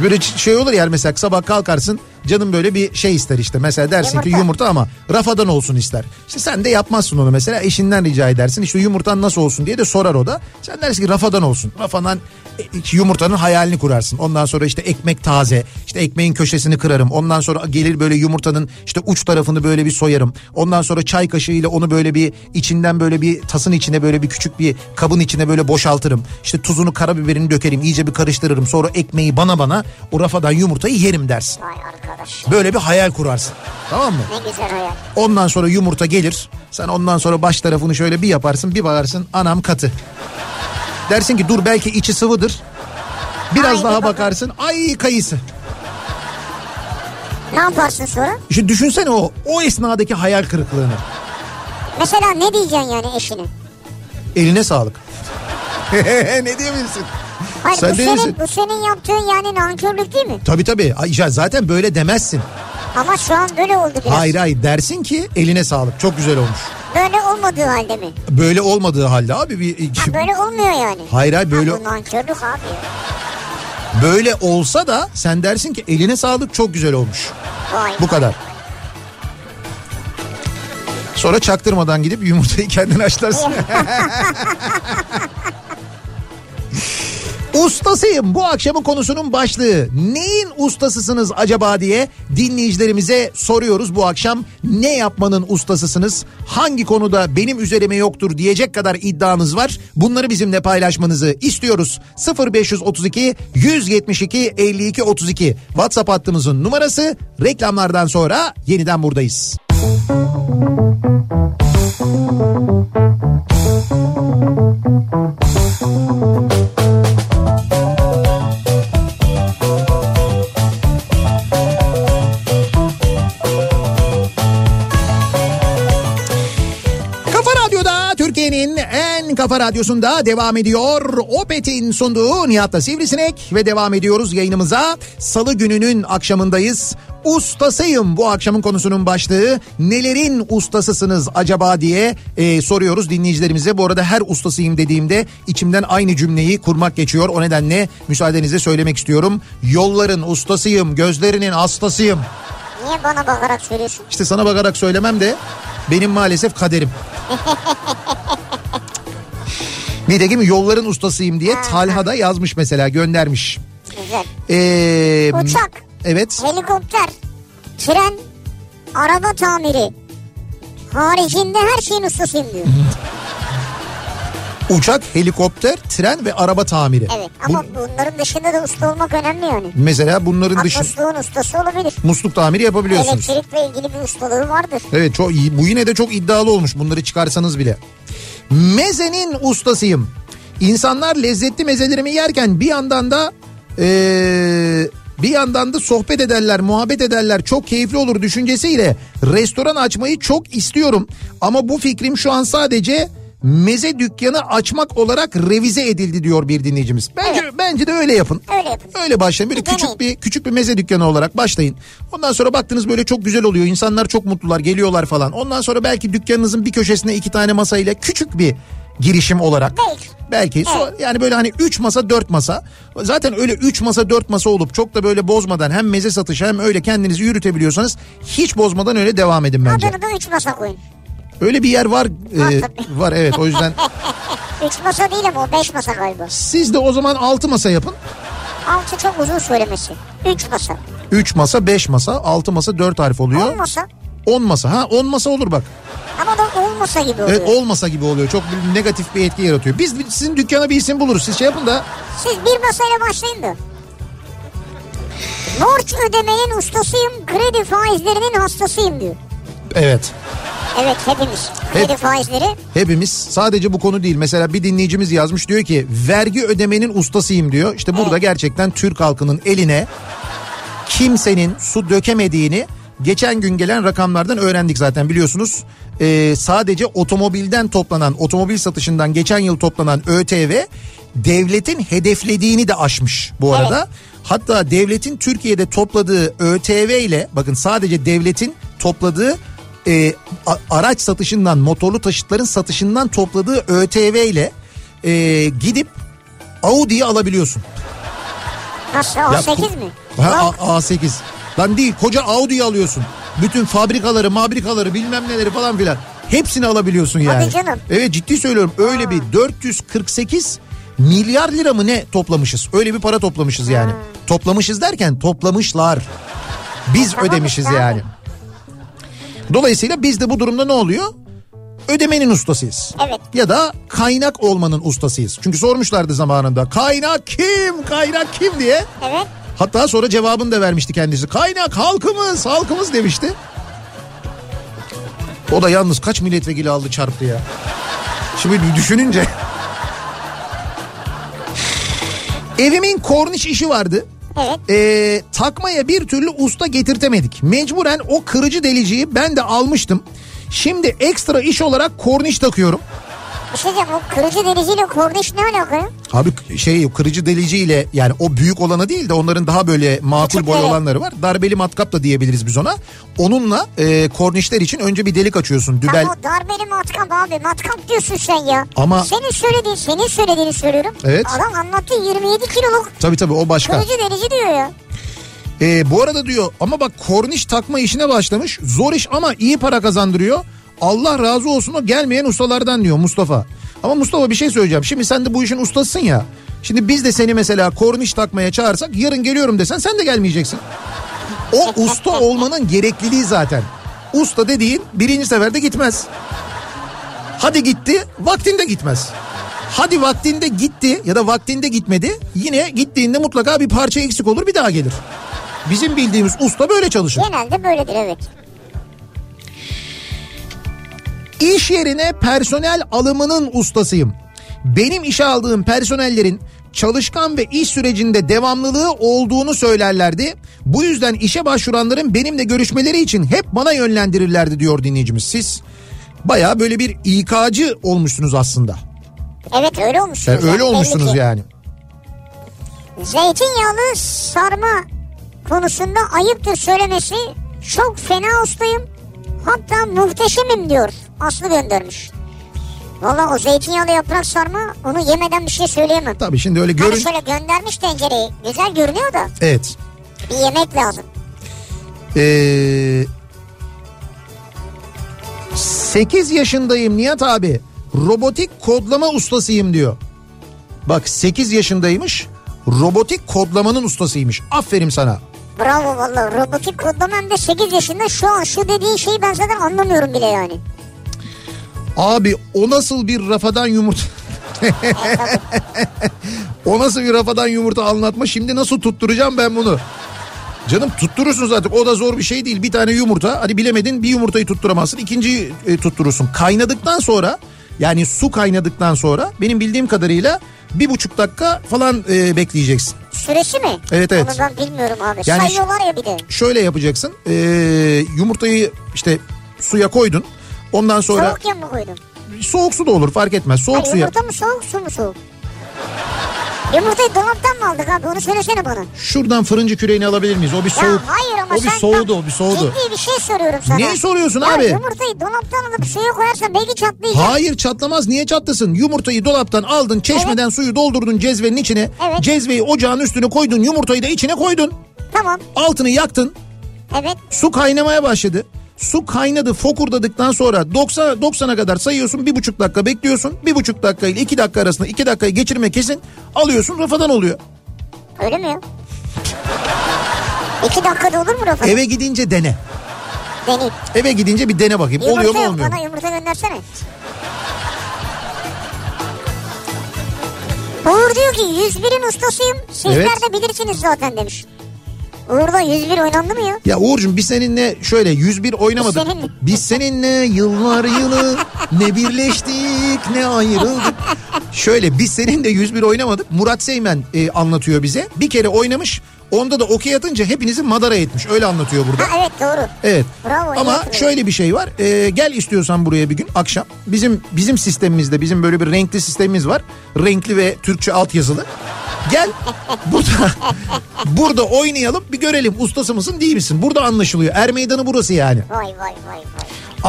böyle ç- şey olur ya mesela sabah kalkarsın canım böyle bir şey ister işte mesela dersin ki Yumurta. yumurta ama rafadan olsun ister. İşte sen de yapmazsın onu mesela eşinden rica edersin işte yumurtan nasıl olsun diye de sorar o da. Sen dersin ki rafadan olsun rafadan e, yumurtanın hayalini kurarsın ondan sonra işte ekmek taze işte ekmeğin köşesini kırarım ondan sonra gelir böyle yumurtanın işte uç tarafını böyle bir soyarım ondan sonra çay kaşığıyla onu böyle bir içinden böyle bir tasın içine böyle bir küçük bir kabın içine böyle boşaltırım. İşte tuzunu karabiberini dökerim iyice bir karıştırırım sonra ekmeği bana bana o rafadan yumurtayı yerim dersin. Vay arkadaş. Böyle bir hayal kurarsın tamam mı? Ne güzel hayal. Ondan sonra yumurta gelir sen ondan sonra baş tarafını şöyle bir yaparsın bir bakarsın anam katı. Dersin ki dur belki içi sıvıdır. Biraz Ay, daha bir bakın. bakarsın ay kayısı. Ne yaparsın sonra? İşte düşünsene o, o esnadaki hayal kırıklığını. Mesela ne diyeceksin yani eşine? Eline sağlık. ne diyebilirsin? Hayır Sen bu, de senin, eşin- bu senin yaptığın yani nankörlük değil mi? Tabii tabii. Ay, ya zaten böyle demezsin. Ama şu an böyle oldu biraz. Hayır hayır dersin ki eline sağlık. Çok güzel olmuş. Böyle olmadığı halde mi? Böyle olmadığı halde abi bir Ha, böyle olmuyor yani. Hayır hayır böyle Ha, bu nankörlük abi. böyle olsa da sen dersin ki eline sağlık çok güzel olmuş. Vay. Bu kadar. Sonra çaktırmadan gidip yumurtayı kendin haşlarsın. Ustasıyım bu akşamın konusunun başlığı. Neyin ustasısınız acaba diye dinleyicilerimize soruyoruz bu akşam. Ne yapmanın ustasısınız? Hangi konuda benim üzerime yoktur diyecek kadar iddianız var? Bunları bizimle paylaşmanızı istiyoruz. 0532 172 52 32 WhatsApp hattımızın numarası. Reklamlardan sonra yeniden buradayız. Türkiye'nin en kafa radyosunda devam ediyor. Opet'in sunduğu Nihat'la Sivrisinek ve devam ediyoruz yayınımıza. Salı gününün akşamındayız. Ustasıyım bu akşamın konusunun başlığı. Nelerin ustasısınız acaba diye e, soruyoruz dinleyicilerimize. Bu arada her ustasıyım dediğimde içimden aynı cümleyi kurmak geçiyor. O nedenle müsaadenizle söylemek istiyorum. Yolların ustasıyım, gözlerinin hastasıyım. Niye bana bakarak söylüyorsun? İşte sana bakarak söylemem de benim maalesef kaderim. Nitekim yolların ustasıyım diye Talha da yazmış mesela göndermiş. Güzel. Ee, Uçak, Evet. helikopter, tren, araba tamiri. Haricinde her şeyin ustasıyım diyor. Uçak, helikopter, tren ve araba tamiri. Evet ama Bu- bunların dışında da usta olmak önemli yani. mesela bunların dışında Atmosluğun ustası olabilir. musluk tamiri yapabiliyorsunuz. Elektrikle ilgili bir ustalığı vardır. Evet çok iyi. Bu yine de çok iddialı olmuş bunları çıkarsanız bile. Mezenin ustasıyım. İnsanlar lezzetli mezelerimi yerken bir yandan da eee, bir yandan da sohbet ederler, muhabbet ederler. Çok keyifli olur düşüncesiyle restoran açmayı çok istiyorum. Ama bu fikrim şu an sadece meze dükkanı açmak olarak revize edildi diyor bir dinleyicimiz. Bence bence de öyle yapın. Öyle yapın. Öyle başlayın. Böyle Bir deneyin. küçük bir küçük bir meze dükkanı olarak başlayın. Ondan sonra baktınız böyle çok güzel oluyor. İnsanlar çok mutlular, geliyorlar falan. Ondan sonra belki dükkanınızın bir köşesine iki tane masayla küçük bir girişim olarak. Belki. Belki. So- Evet. yani böyle hani 3 masa 4 masa. Zaten öyle 3 masa 4 masa olup çok da böyle bozmadan hem meze satışı hem öyle kendinizi yürütebiliyorsanız hiç bozmadan öyle devam edin bence. Adını da üç masa koyun. Öyle bir yer var. Var e, tabii. var evet o yüzden Üç masa değil ama o beş masa galiba. siz de o zaman 6 masa yapın. Altı çok uzun söylemesi. Üç masa. 3 masa 5 masa 6 masa 4 harf oluyor. On masa. 10 masa ha 10 masa olur bak. Ama da on masa gibi oluyor. Evet olmasa gibi oluyor. Çok bir negatif bir etki yaratıyor. Biz sizin dükkana bir isim buluruz. Siz şey yapın da Siz bir masayla başlayın da. Borç ödemenin ustasıyım, kredi faizlerinin hastasıyım diyor. evet. Evet hepimiz. Kredi Hep- faizleri Hepimiz sadece bu konu değil. Mesela bir dinleyicimiz yazmış diyor ki vergi ödemenin ustasıyım diyor. İşte burada gerçekten Türk halkının eline kimsenin su dökemediğini geçen gün gelen rakamlardan öğrendik zaten biliyorsunuz. Ee, sadece otomobilden toplanan, otomobil satışından geçen yıl toplanan ÖTV devletin hedeflediğini de aşmış bu arada. Hatta devletin Türkiye'de topladığı ÖTV ile bakın sadece devletin topladığı e, a- araç satışından, motorlu taşıtların satışından topladığı ÖTV ile e, gidip Audi'yi alabiliyorsun. nasıl? Ya 18 ku- mi? Ha, A- A8. Lan değil koca Audi'yi alıyorsun. Bütün fabrikaları mabrikaları bilmem neleri falan filan. Hepsini alabiliyorsun yani. canım. Evet ciddi söylüyorum öyle bir 448 milyar lira mı ne toplamışız. Öyle bir para toplamışız yani. Toplamışız derken toplamışlar. Biz Toplamışlar. ödemişiz yani. Dolayısıyla biz de bu durumda ne oluyor? Ödemenin ustasıyız. Evet. Ya da kaynak olmanın ustasıyız. Çünkü sormuşlardı zamanında. Kaynak kim? Kaynak kim diye. Evet. Hatta sonra cevabını da vermişti kendisi. Kaynak halkımız, halkımız demişti. O da yalnız kaç milletvekili aldı çarptı ya. Şimdi düşününce. Evimin korniş işi vardı. Evet. Ee, takmaya bir türlü usta getirtemedik. Mecburen o kırıcı deliciyi ben de almıştım. Şimdi ekstra iş olarak korniş takıyorum. Bir şey diyeceğim o kırıcı deliciyle korniş ne alaka ya? Abi şey kırıcı deliciyle yani o büyük olana değil de onların daha böyle makul boy Küçükleri. olanları var. Darbeli matkap da diyebiliriz biz ona. Onunla e, kornişler için önce bir delik açıyorsun. Dübel Ama o darbeli matkap abi matkap diyorsun sen ya. Ama- Senin söylediğin, senin söylediğini söylüyorum. Evet. Adam anlattı 27 kiloluk tabii tabii o başka. kırıcı delici diyor ya. E, bu arada diyor ama bak korniş takma işine başlamış. Zor iş ama iyi para kazandırıyor. Allah razı olsun o gelmeyen ustalardan diyor Mustafa. Ama Mustafa bir şey söyleyeceğim. Şimdi sen de bu işin ustasısın ya. Şimdi biz de seni mesela korniş takmaya çağırsak yarın geliyorum desen sen de gelmeyeceksin. O usta olmanın gerekliliği zaten. Usta dediğin birinci seferde gitmez. Hadi gitti vaktinde gitmez. Hadi vaktinde gitti ya da vaktinde gitmedi yine gittiğinde mutlaka bir parça eksik olur bir daha gelir. Bizim bildiğimiz usta böyle çalışır. Genelde böyledir evet. İş yerine personel alımının ustasıyım. Benim işe aldığım personellerin çalışkan ve iş sürecinde devamlılığı olduğunu söylerlerdi. Bu yüzden işe başvuranların benimle görüşmeleri için hep bana yönlendirirlerdi diyor dinleyicimiz. Siz Bayağı böyle bir İK'cı olmuşsunuz aslında. Evet öyle olmuşsunuz. Yani öyle belli olmuşsunuz ki. yani. Zeytinyağlı sarma konusunda ayıptır söylemesi çok fena ustayım. Hatta muhteşemim diyor. Aslı göndermiş. Valla o zeytinyağlı yaprak sarma onu yemeden bir şey söyleyemem. Tabii şimdi öyle Hani görün... şöyle göndermiş tencereyi. Güzel görünüyor da Evet. bir yemek lazım. Ee, 8 yaşındayım Nihat abi. Robotik kodlama ustasıyım diyor. Bak 8 yaşındaymış. Robotik kodlamanın ustasıymış. Aferin sana. Bravo valla robotik kodlama hem de 8 yaşında şu an şu dediğin şeyi ben zaten anlamıyorum bile yani. Abi o nasıl bir rafadan yumurta... o nasıl bir rafadan yumurta anlatma şimdi nasıl tutturacağım ben bunu? Canım tutturursun zaten o da zor bir şey değil bir tane yumurta hadi bilemedin bir yumurtayı tutturamazsın ikinciyi e, tutturursun. Kaynadıktan sonra yani su kaynadıktan sonra benim bildiğim kadarıyla bir buçuk dakika falan e, bekleyeceksin. Süresi mi? Evet, evet. Onu ben bilmiyorum abi. Yani- Sayıyorlar ya bir de. Şöyle yapacaksın e, yumurtayı işte suya koydun ondan sonra soğuk, Soğukken mi koydum? su da olur fark etmez soğuk Ay, suya. Yumurta mı soğuk su mu soğuk? Yumurtayı dolaptan mı aldık abi onu söylesene bana. Şuradan fırıncı küreğini alabilir miyiz? O bir soğuk. Ya hayır ama o bir sen soğudu, bak, o bir soğudu. Ciddi bir şey soruyorum sana. Neyi soruyorsun ya abi? Yumurtayı dolaptan alıp suya koyarsan belki çatlayacak. Hayır çatlamaz. Niye çatlasın? Yumurtayı dolaptan aldın, çeşmeden suyu doldurdun cezvenin içine. Evet. Cezveyi ocağın üstüne koydun, yumurtayı da içine koydun. Tamam Altını yaktın. evet Su kaynamaya başladı. Su kaynadı, fokurdadıktan sonra 90 90'a kadar sayıyorsun. Bir buçuk dakika bekliyorsun. Bir buçuk dakika ile iki dakika arasında iki dakikayı geçirme kesin. Alıyorsun rafadan oluyor. öyle mi ya? İki dakikada olur mu Rafa? Eve gidince dene. Deneyim. Eve gidince bir dene bakayım. Yumurta oluyor mu yok, olmuyor mu? Bana yumurta göndersene. Uğur diyor ki 101'in ustasıyım. Sizler Evet. de bilirsiniz zaten demiş. Uğur'da 101 oynandı mı ya? Ya Uğur'cum biz seninle şöyle 101 oynamadık. Seninle. Biz seninle yıllar yılı ne birleştik ne ayrıldık. Şöyle biz seninle 101 oynamadık. Murat Seymen e, anlatıyor bize. Bir kere oynamış. Onda da okey atınca hepinizi madara etmiş. Öyle anlatıyor burada. Ha evet doğru. Evet. Bravo, iyi Ama hatırladın. şöyle bir şey var. Ee, gel istiyorsan buraya bir gün akşam. Bizim bizim sistemimizde bizim böyle bir renkli sistemimiz var. Renkli ve Türkçe altyazılı. Gel burada burada oynayalım bir görelim ustası mısın değil misin? Burada anlaşılıyor. Er meydanı burası yani. Vay vay vay vay.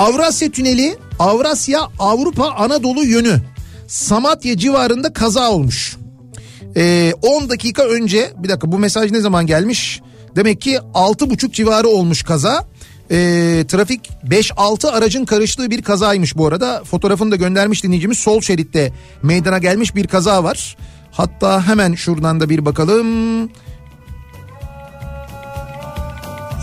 Avrasya Tüneli Avrasya Avrupa Anadolu yönü Samatya civarında kaza olmuş. Ee, 10 dakika önce bir dakika bu mesaj ne zaman gelmiş? Demek ki 6.30 civarı olmuş kaza. Ee, trafik 5-6 aracın karıştığı bir kazaymış bu arada. Fotoğrafını da göndermiş dinleyicimiz. Sol şeritte meydana gelmiş bir kaza var. Hatta hemen şuradan da bir bakalım.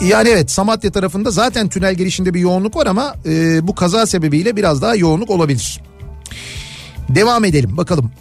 Yani evet Samatya tarafında zaten tünel girişinde bir yoğunluk var ama e, bu kaza sebebiyle biraz daha yoğunluk olabilir. Devam edelim bakalım.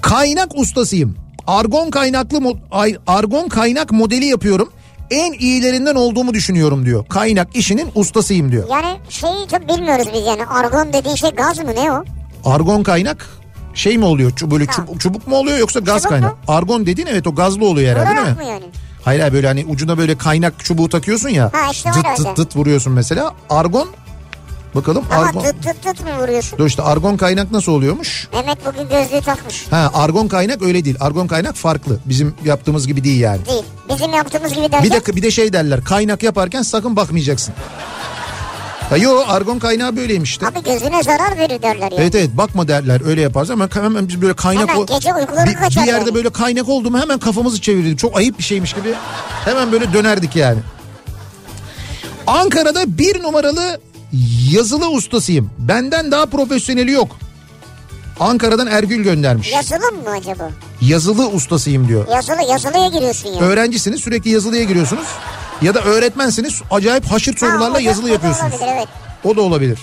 Kaynak ustasıyım. Argon kaynaklı mo- ay- argon kaynak modeli yapıyorum. En iyilerinden olduğumu düşünüyorum diyor. Kaynak işinin ustasıyım diyor. Yani şeyi çok bilmiyoruz biz yani. Argon dediğin şey gaz mı ne o? Argon kaynak şey mi oluyor? Çu- Böyle çubuk, çubuk mu oluyor yoksa gaz Çubuk kaynağı? mu? Argon dediğin evet o gazlı oluyor herhalde değil mi? Olarak mı yani? Hayır hayır böyle hani ucuna böyle kaynak çubuğu takıyorsun ya. Ha, işte dıt öyle. dıt dıt vuruyorsun mesela. Argon bakalım Ama argon. tıt tıt tıt mı vuruyorsun? Dur işte argon kaynak nasıl oluyormuş? Mehmet bugün gözlüğü takmış. Ha argon kaynak öyle değil. Argon kaynak farklı. Bizim yaptığımız gibi değil yani. Değil. Bizim yaptığımız gibi derken. Bir dakika bir de şey derler. Kaynak yaparken sakın bakmayacaksın. Ha yo argon kaynağı böyleymiş işte. Abi gözüne zarar verir derler ya. Evet evet bakma derler öyle yaparız hemen, hemen biz böyle kaynak Hemen o- gece uykuları bir, kaçar bir yerde yani. böyle kaynak oldu mu hemen kafamızı çevirirdik çok ayıp bir şeymiş gibi hemen böyle dönerdik yani. Ankara'da bir numaralı yazılı ustasıyım benden daha profesyoneli yok. Ankara'dan Ergül göndermiş. Yazılı mı acaba? Yazılı ustasıyım diyor. Yazılı, yazılıya giriyorsun ya. Öğrencisiniz sürekli yazılıya giriyorsunuz ya da öğretmensiniz acayip haşır Ha, o sorularla da- o yazılı da yapıyorsunuz. olabilir, evet. O da olabilir.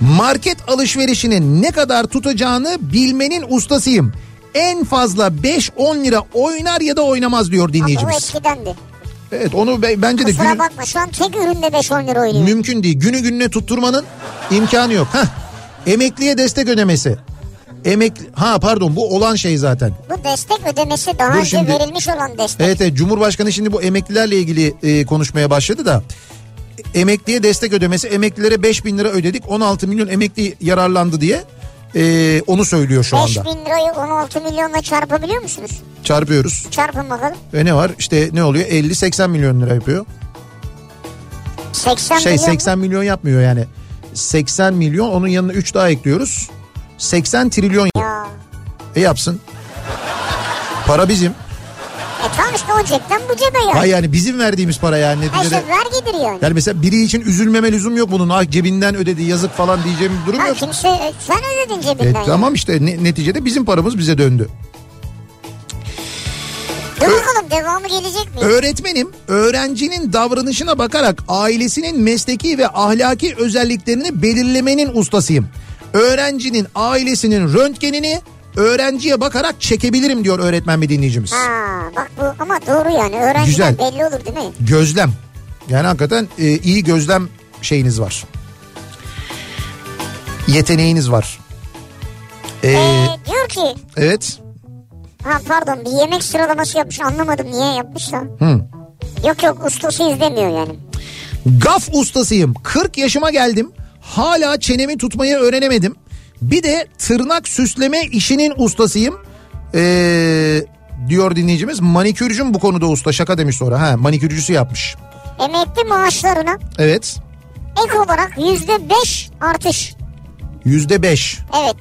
Market alışverişinin ne kadar tutacağını bilmenin ustasıyım. En fazla 5-10 lira oynar ya da oynamaz diyor Ama bu dinleyicimiz. eskidendi. Evet onu be- bence de Kusura günü- bakma şu an tek ürünle 5-10 lira oynuyor. mümkün değil. Günü gününe tutturmanın imkanı yok. Heh. Emekliye destek ödemesi. Emek ha pardon bu olan şey zaten. Bu destek ödemesi daha Dur önce şimdi. verilmiş olan destek. Evet, evet Cumhurbaşkanı şimdi bu emeklilerle ilgili e, konuşmaya başladı da Emekliye destek ödemesi emeklilere 5 bin lira ödedik 16 milyon emekli yararlandı diye e, onu söylüyor şu 5 anda. bin lirayı 16 milyonla çarpabiliyor musunuz? Çarpıyoruz. Çarpın bakalım. Ve ne var? İşte ne oluyor? 50-80 milyon lira yapıyor. 80 Şey milyon mu? 80 milyon yapmıyor yani. 80 milyon onun yanına 3 daha ekliyoruz. 80 trilyon Ya. e yapsın. Para bizim. E tamam işte o cepten bu cebe ya. Ha yani bizim verdiğimiz para yani Ha neticede. işte vergidir yani. Yani mesela biri için üzülmeme lüzum yok bunun. Ah cebinden ödedi yazık falan diyeceğim bir durum Ha yok. kimse şey, sen ödedin cebinden. E, ya. tamam işte ne- neticede bizim paramız bize döndü. Dur bakalım devamı gelecek mi? Öğretmenim öğrencinin davranışına bakarak ailesinin mesleki ve ahlaki özelliklerini belirlemenin ustasıyım. Öğrencinin ailesinin röntgenini öğrenciye bakarak çekebilirim diyor öğretmen bir dinleyicimiz. Ha bak bu ama doğru yani öğrenciden Güzel. belli olur değil mi? Gözlem. Yani hakikaten e, iyi gözlem şeyiniz var. Yeteneğiniz var. Ee, Ee, diyor ki evet. ha pardon bir yemek sıralaması yapmış anlamadım niye yapmış da. Yok yok ustasıyız demiyor yani. Gaf ustasıyım. 40 yaşıma geldim. Hala çenemi tutmayı öğrenemedim. Bir de tırnak süsleme işinin ustasıyım. Ee, diyor dinleyicimiz. Manikürcüm bu konuda usta. Şaka demiş sonra. Ha, manikürcüsü yapmış. Emekli maaşlarına Evet. ek olarak yüzde beş artış. Yüzde beş. Evet.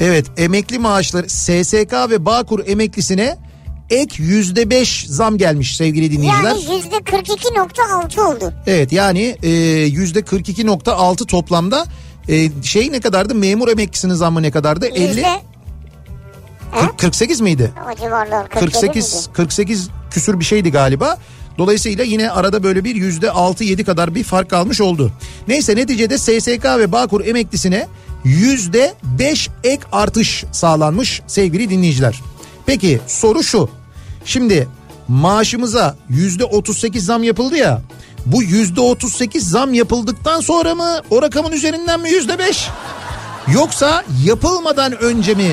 Evet emekli maaşları SSK ve Bağkur emeklisine ek yüzde beş zam gelmiş sevgili dinleyiciler. Yani yüzde 42.6 oldu. Evet yani e, yüzde 42.6 toplamda e, şey ne kadardı memur emeklisinin zammı ne kadardı? 50 Yüzde 40 48 miydi? o civarlar 48 48. 48 küsür bir şeydi galiba. Dolayısıyla yine arada böyle bir yüzde 6-7 kadar bir fark kalmış oldu. Neyse neticede SSK ve Bağkur emeklisine yüzde 5 ek artış sağlanmış sevgili dinleyiciler. Peki soru şu. Şimdi maaşımıza yüzde 38 zam yapıldı ya. Bu yüzde 38 zam yapıldıktan sonra mı o rakamın üzerinden mi yüzde 5? Yoksa yapılmadan önce mi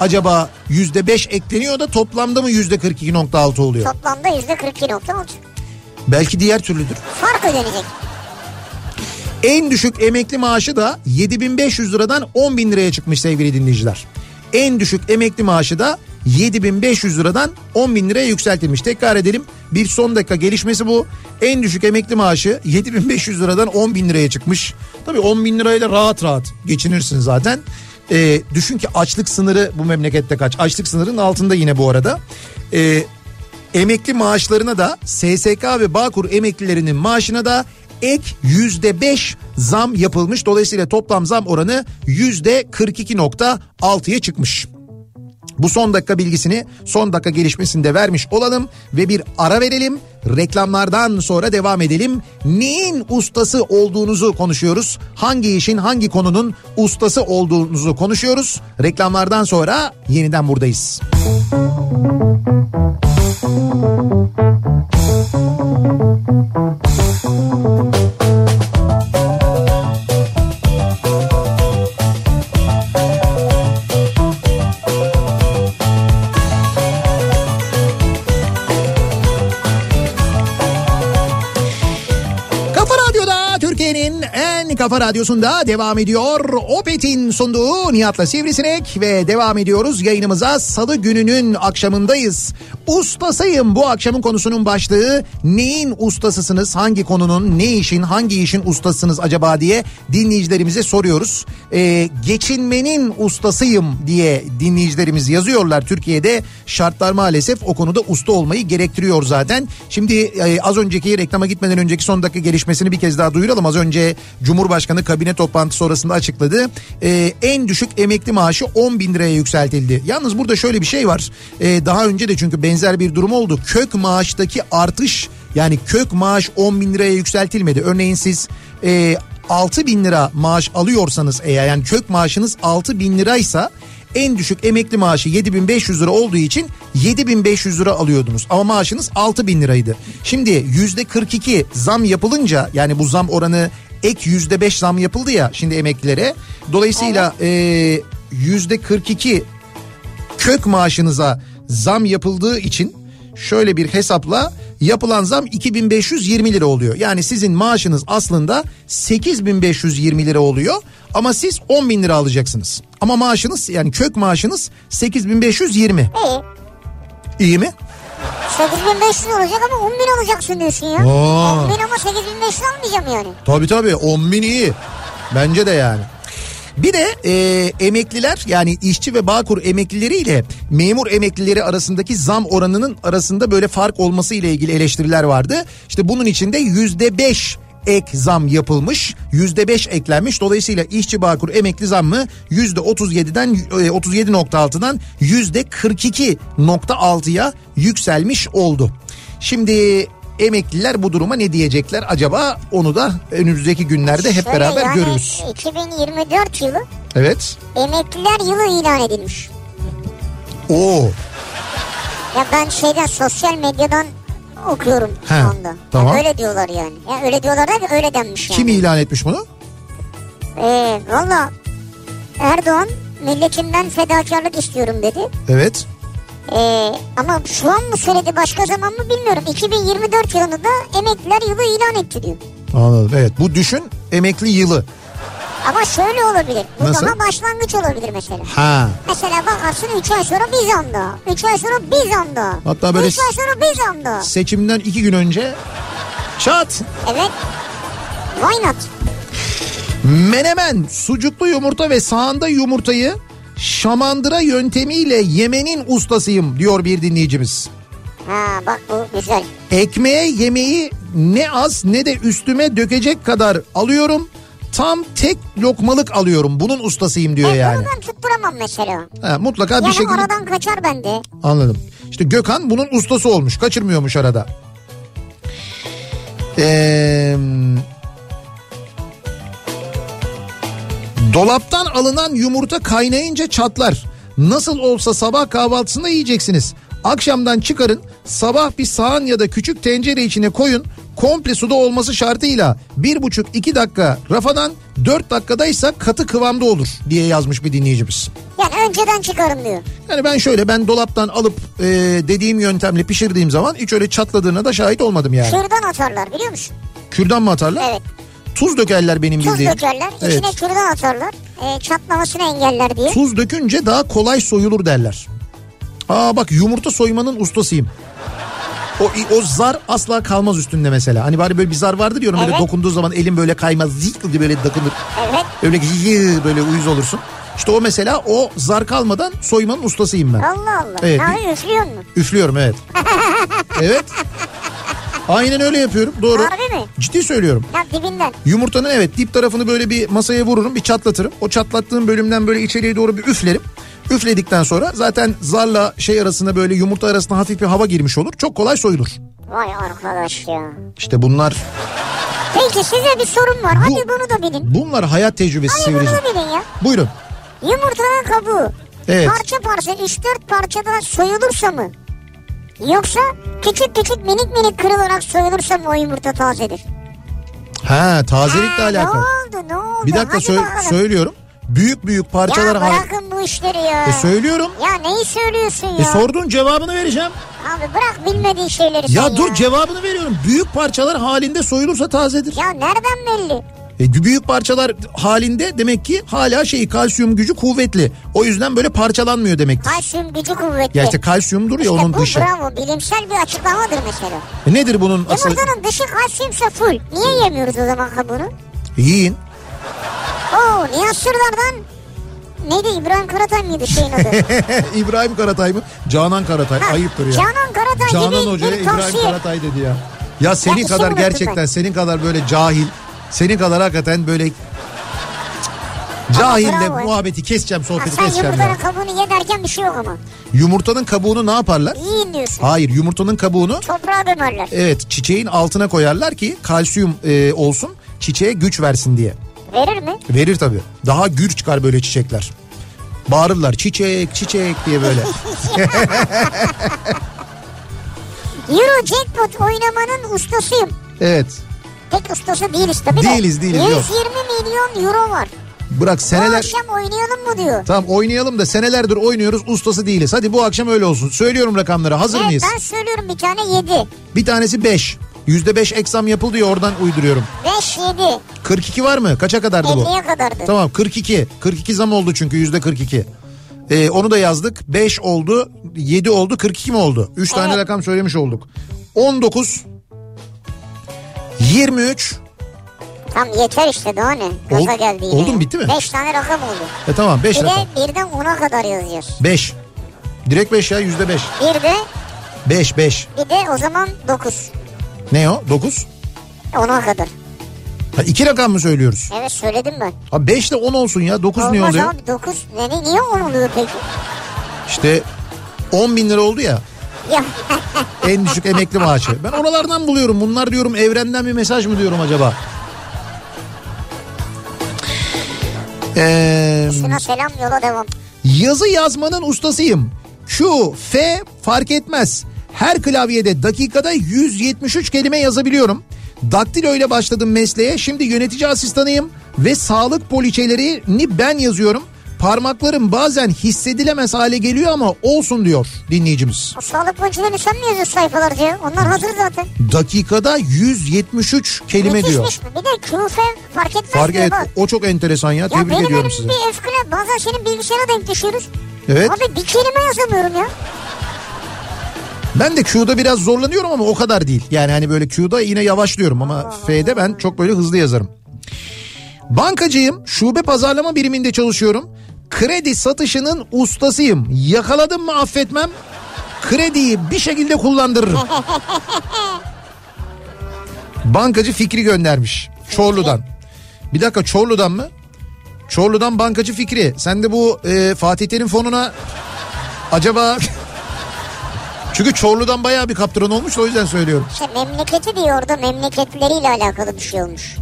acaba yüzde beş ekleniyor da toplamda mı yüzde 42.6 oluyor? Toplamda yüzde 42.6. Belki diğer türlüdür. Fark ödenecek. En düşük emekli maaşı da 7500 liradan 10.000 liraya çıkmış sevgili dinleyiciler. En düşük emekli maaşı da 7500 liradan 10.000 liraya yükseltilmiş. Tekrar edelim bir son dakika gelişmesi bu. En düşük emekli maaşı 7500 liradan 10.000 liraya çıkmış. Tabii 10.000 lirayla rahat rahat geçinirsin zaten. Ee, düşün ki açlık sınırı bu memlekette kaç? Açlık sınırının altında yine bu arada. Ee, Emekli maaşlarına da SSK ve Bağkur emeklilerinin maaşına da ek yüzde beş zam yapılmış. Dolayısıyla toplam zam oranı yüzde 42.6'ya çıkmış. Bu son dakika bilgisini son dakika gelişmesinde vermiş olalım ve bir ara verelim. Reklamlardan sonra devam edelim. Neyin ustası olduğunuzu konuşuyoruz. Hangi işin hangi konunun ustası olduğunuzu konuşuyoruz. Reklamlardan sonra yeniden buradayız. Kafa Radyo'da Türkiye'nin en kafa radyosunda devam ediyor. Opet'in sunduğu Nihat'la Sivrisinek ve devam ediyoruz yayınımıza. Salı gününün akşamındayız. Ustasıyım bu akşamın konusunun başlığı neyin ustasısınız, hangi konunun, ne işin, hangi işin ustasısınız acaba diye dinleyicilerimize soruyoruz. Ee, geçinmenin ustasıyım diye dinleyicilerimiz yazıyorlar Türkiye'de. Şartlar maalesef o konuda usta olmayı gerektiriyor zaten. Şimdi e, az önceki reklama gitmeden önceki son dakika gelişmesini bir kez daha duyuralım. Az önce Cumhurbaşkanı kabine toplantısı sonrasında açıkladı. Ee, en düşük emekli maaşı 10 bin liraya yükseltildi. Yalnız burada şöyle bir şey var. Ee, daha önce de çünkü benzer bir durum oldu. Kök maaştaki artış yani kök maaş 10 bin liraya yükseltilmedi. Örneğin siz e, 6 bin lira maaş alıyorsanız eğer yani kök maaşınız 6 bin liraysa en düşük emekli maaşı 7500 lira olduğu için 7500 lira alıyordunuz. Ama maaşınız 6000 liraydı. Şimdi %42 zam yapılınca yani bu zam oranı ek %5 zam yapıldı ya şimdi emeklilere. Dolayısıyla eee %42 kök maaşınıza zam yapıldığı için şöyle bir hesapla Yapılan zam 2520 lira oluyor. Yani sizin maaşınız aslında 8520 lira oluyor ama siz 10 bin lira alacaksınız. Ama maaşınız yani kök maaşınız 8520. İyi. İyi mi? 8500 olacak ama 10.000 alacaksın diyorsun ya. Oo. 10.000 ama 8500 almayacağım yani. Tabii tabii 10 bin iyi. Bence de yani. Bir de e, emekliler yani işçi ve bağkur emeklileri ile memur emeklileri arasındaki zam oranının arasında böyle fark olması ile ilgili eleştiriler vardı. İşte bunun içinde yüzde beş ek zam yapılmış. Yüzde beş eklenmiş. Dolayısıyla işçi bağkur emekli zammı yüzde otuz yediden e, otuz yedi nokta altıdan yüzde kırk iki nokta altıya yükselmiş oldu. Şimdi emekliler bu duruma ne diyecekler acaba onu da önümüzdeki günlerde hep Şöyle beraber yani görürüz. 2024 yılı Evet. emekliler yılı ilan edilmiş. Oo. Ya ben şeyden sosyal medyadan okuyorum şu He, anda. tamam. Ya öyle diyorlar yani. Ya öyle diyorlar da öyle denmiş yani. Kim ilan etmiş bunu? Ee, Valla Erdoğan milletimden fedakarlık istiyorum dedi. Evet. Ee, ama şu an mı söyledi başka zaman mı bilmiyorum. 2024 yılında da emekliler yılı ilan etti diyor. Anladım. Evet. Bu düşün emekli yılı. Ama şöyle olabilir. Bu Nasıl? daha başlangıç olabilir mesela. Ha. Mesela bakarsın 3 ay sonra bir zam daha. 3 ay sonra bir zam daha. Hatta böyle 3 ay sonra bir zam daha. Seçimden iki gün önce çat Evet. Why not? Menemen, sucuklu yumurta ve sağında yumurtayı şamandıra yöntemiyle yemenin ustasıyım diyor bir dinleyicimiz. Ha bak bu güzel. Ekmeğe yemeği ne az ne de üstüme dökecek kadar alıyorum. Tam tek lokmalık alıyorum. Bunun ustasıyım diyor Evet, yani. E, Bunu ben tutturamam mesela. Ha, mutlaka bir Yani şekilde aradan kaçar bende. anladım. İşte Gökhan bunun ustası olmuş. Kaçırmıyormuş arada. Ee, dolaptan alınan yumurta kaynayınca çatlar. Nasıl olsa sabah kahvaltısında yiyeceksiniz. Akşamdan çıkarın sabah bir sahan ya da küçük tencere içine koyun. Komple suda olması şartıyla bir buçuk iki dakika rafadan 4 dakikadaysa katı kıvamda olur diye yazmış bir dinleyicimiz. Yani önceden çıkarım diyor. Yani ben şöyle ben dolaptan alıp e, dediğim yöntemle pişirdiğim zaman hiç öyle çatladığına da şahit olmadım yani. Kürdan atarlar biliyor musun? Kürdan mı atarlar? Evet. Tuz dökerler benim Tuz bildiğim. dökerler. Evet. içine kürdan atarlar. Ee, çatlamasını engeller diye. Tuz dökünce daha kolay soyulur derler. Aa bak yumurta soymanın ustasıyım. O, o zar asla kalmaz üstünde mesela. Hani bari böyle bir zar vardır diyorum. Böyle Evet. dokunduğu zaman elim böyle kaymaz. Zik diye böyle dokunur. Evet. Öyle yı- böyle uyuz olursun. İşte o mesela o zar kalmadan soymanın ustasıyım ben. Allah Allah. Evet, Ne Ee, bir- yapıyorsun, üflüyor mu? Üflüyorum evet. evet. Aynen öyle yapıyorum. Doğru. Harbi mi? Ciddi söylüyorum. Ya dibinden. Yumurtanın evet dip tarafını böyle bir masaya vururum bir çatlatırım. O çatlattığım bölümden böyle içeriye doğru bir üflerim. Üfledikten sonra zaten zarla şey arasında böyle yumurta arasında hafif bir hava girmiş olur. Çok kolay soyulur. Vay arkadaş ya. İşte bunlar Peki size bir sorum var. Hadi bunu da bilin. bunlar hayat tecrübesi Hadi bunu sivricim. da bilin ya. Buyurun. Yumurtanın kabuğu Evet. parça parça 3-4 parçadan soyulursa mı? Yoksa küçük küçük minik minik kırılarak soyulursa mı o yumurta tazedir? Ha tazelikle Ha, alakalı. Ne oldu ne oldu? Bir dakika Hadi sö- bakalım. söylüyorum. Büyük büyük parçalar Ya bırakın bu işleri ya. E söylüyorum. ya neyi söylüyorsun ya? E sordun cevabını vereceğim. Abi bırak bilmediğin şeyleri Ya sen dur ya. cevabını veriyorum. Büyük parçalar halinde soyulursa tazedir. Ya nereden belli? E, büyük parçalar halinde demek ki hala şey kalsiyum gücü kuvvetli. O yüzden böyle parçalanmıyor demektir. Kalsiyum gücü kuvvetli. Ya işte kalsiyumdur ya İşte onun E, bu dışı. bravo bilimsel bir açıklamadır mesela. E, nedir bunun asıl? Yumurtanın dışı kalsiyumsa full. Niye yemiyoruz o zaman kabuğunu? Yiyin. Oo Nihat Sırdar'dan neydi İbrahim Karatay mıydı şeyin adı? İbrahim Karatay mı? Canan Karatay. Ha, Ayıptır ya. Canan Karatay Canan gibi Hoca'ya bir İbrahim tavsiye. Karatay dedi ya. Ya senin isim kadar unuttum ben. gerçekten senin kadar böyle cahil. Senin kadar hakikaten böyle Cık. cahille bravo. muhabbeti keseceğim Ha, sohbeti sen keseceğim ya. yumurtanın kabuğunu ye derken bir şey yok ama. Yumurtanın kabuğunu ne yaparlar? Yiyin diyorsun. Hayır yumurtanın kabuğunu Toprağa gömerler. Evet çiçeğin altına koyarlar ki kalsiyum e, olsun çiçeğe güç versin diye. Verir mi? Verir tabii. Daha gür çıkar böyle çiçekler. Bağırırlar çiçek çiçek diye böyle. Euro jackpot oynamanın ustasıyım. evet. Tek ustası değiliz tabii de. Değiliz, değiliz, yok. 120 milyon euro var. Bırak Bu seneler... akşam oynayalım mı diyor. Tamam oynayalım da senelerdir oynuyoruz ustası değiliz. Hadi bu akşam öyle olsun. Söylüyorum rakamları hazır Evet mıyız? ben söylüyorum bir tane 7. Bir tanesi 5. %5 eksam yapıldı ya oradan uyduruyorum. 5 7. 42 var mı? Kaça kadardı bu? 50'ye kadardı. Tamam 42. 42 zam oldu çünkü yüzde 42. Ee, onu da yazdık. 5 oldu, 7 oldu, 42 mi oldu? 3 tane Evet. rakam söylemiş olduk. 19, 23, Tam yeter işte daha ne. Gaza Ol- geldi yine. oldu mu, bitti mi? 5 tane rakam oldu. e tamam 5 Bir rakam. de birden 10'a kadar yazıyor. 5. Direkt 5 ya yüzde 5. Bir de 5, 5. bir de o zaman 9. Ne o? 9? 10'a kadar. Ha, iki rakam mı söylüyoruz? Evet söyledim ben. Ha 5 ile 10 olsun ya. 9 ne Olmaz oluyor? abi 9. Ne, ne- niye 10 oluyor peki? İşte 10 bin lira oldu ya. Ya En düşük emekli maaşı. Ben oralardan buluyorum. Bunlar diyorum evrenden bir mesaj mı diyorum acaba? Ee, şuna selam yola devam. yazı yazmanın ustasıyım. Q, F fark etmez. Her klavyede dakikada 173 kelime yazabiliyorum. Daktilo ile başladım mesleğe. Şimdi yönetici asistanıyım ve sağlık poliçelerini ben yazıyorum. Parmaklarım bazen hissedilemez hale geliyor ama olsun diyor dinleyicimiz. O sağlık boncularını sen mi yazıyorsun sayfalarca? Onlar hazır zaten. Dakikada 173 kelime diyor. Müthişmiş mi? Bir de küfe fark etmez Fark diyor et. bak. O çok enteresan ya. Ya Tebrik benim ediyorum önüm sizi. bir öfküle bazen senin bilgisayara denk düşüyoruz. Evet. Abi bir kelime yazamıyorum ya. Ben de Q'da biraz zorlanıyorum ama o kadar değil. Yani hani böyle Q'da yine yavaşlıyorum ama F'de ben çok böyle hızlı yazarım. Bankacıyım. Şube pazarlama biriminde çalışıyorum. Kredi satışının ustasıyım. Yakaladım mı affetmem. Krediyi bir şekilde kullandırırım. Bankacı Fikri göndermiş. Çorlu'dan. Bir dakika Çorlu'dan mı? Çorlu'dan bankacı Fikri. Sen de bu e, Fatih Terim fonuna acaba... Çünkü Çorlu'dan bayağı bir kaptıran olmuş da o yüzden söylüyorum. İşte memleketi diyor orada memleketleriyle alakalı bir şey olmuş.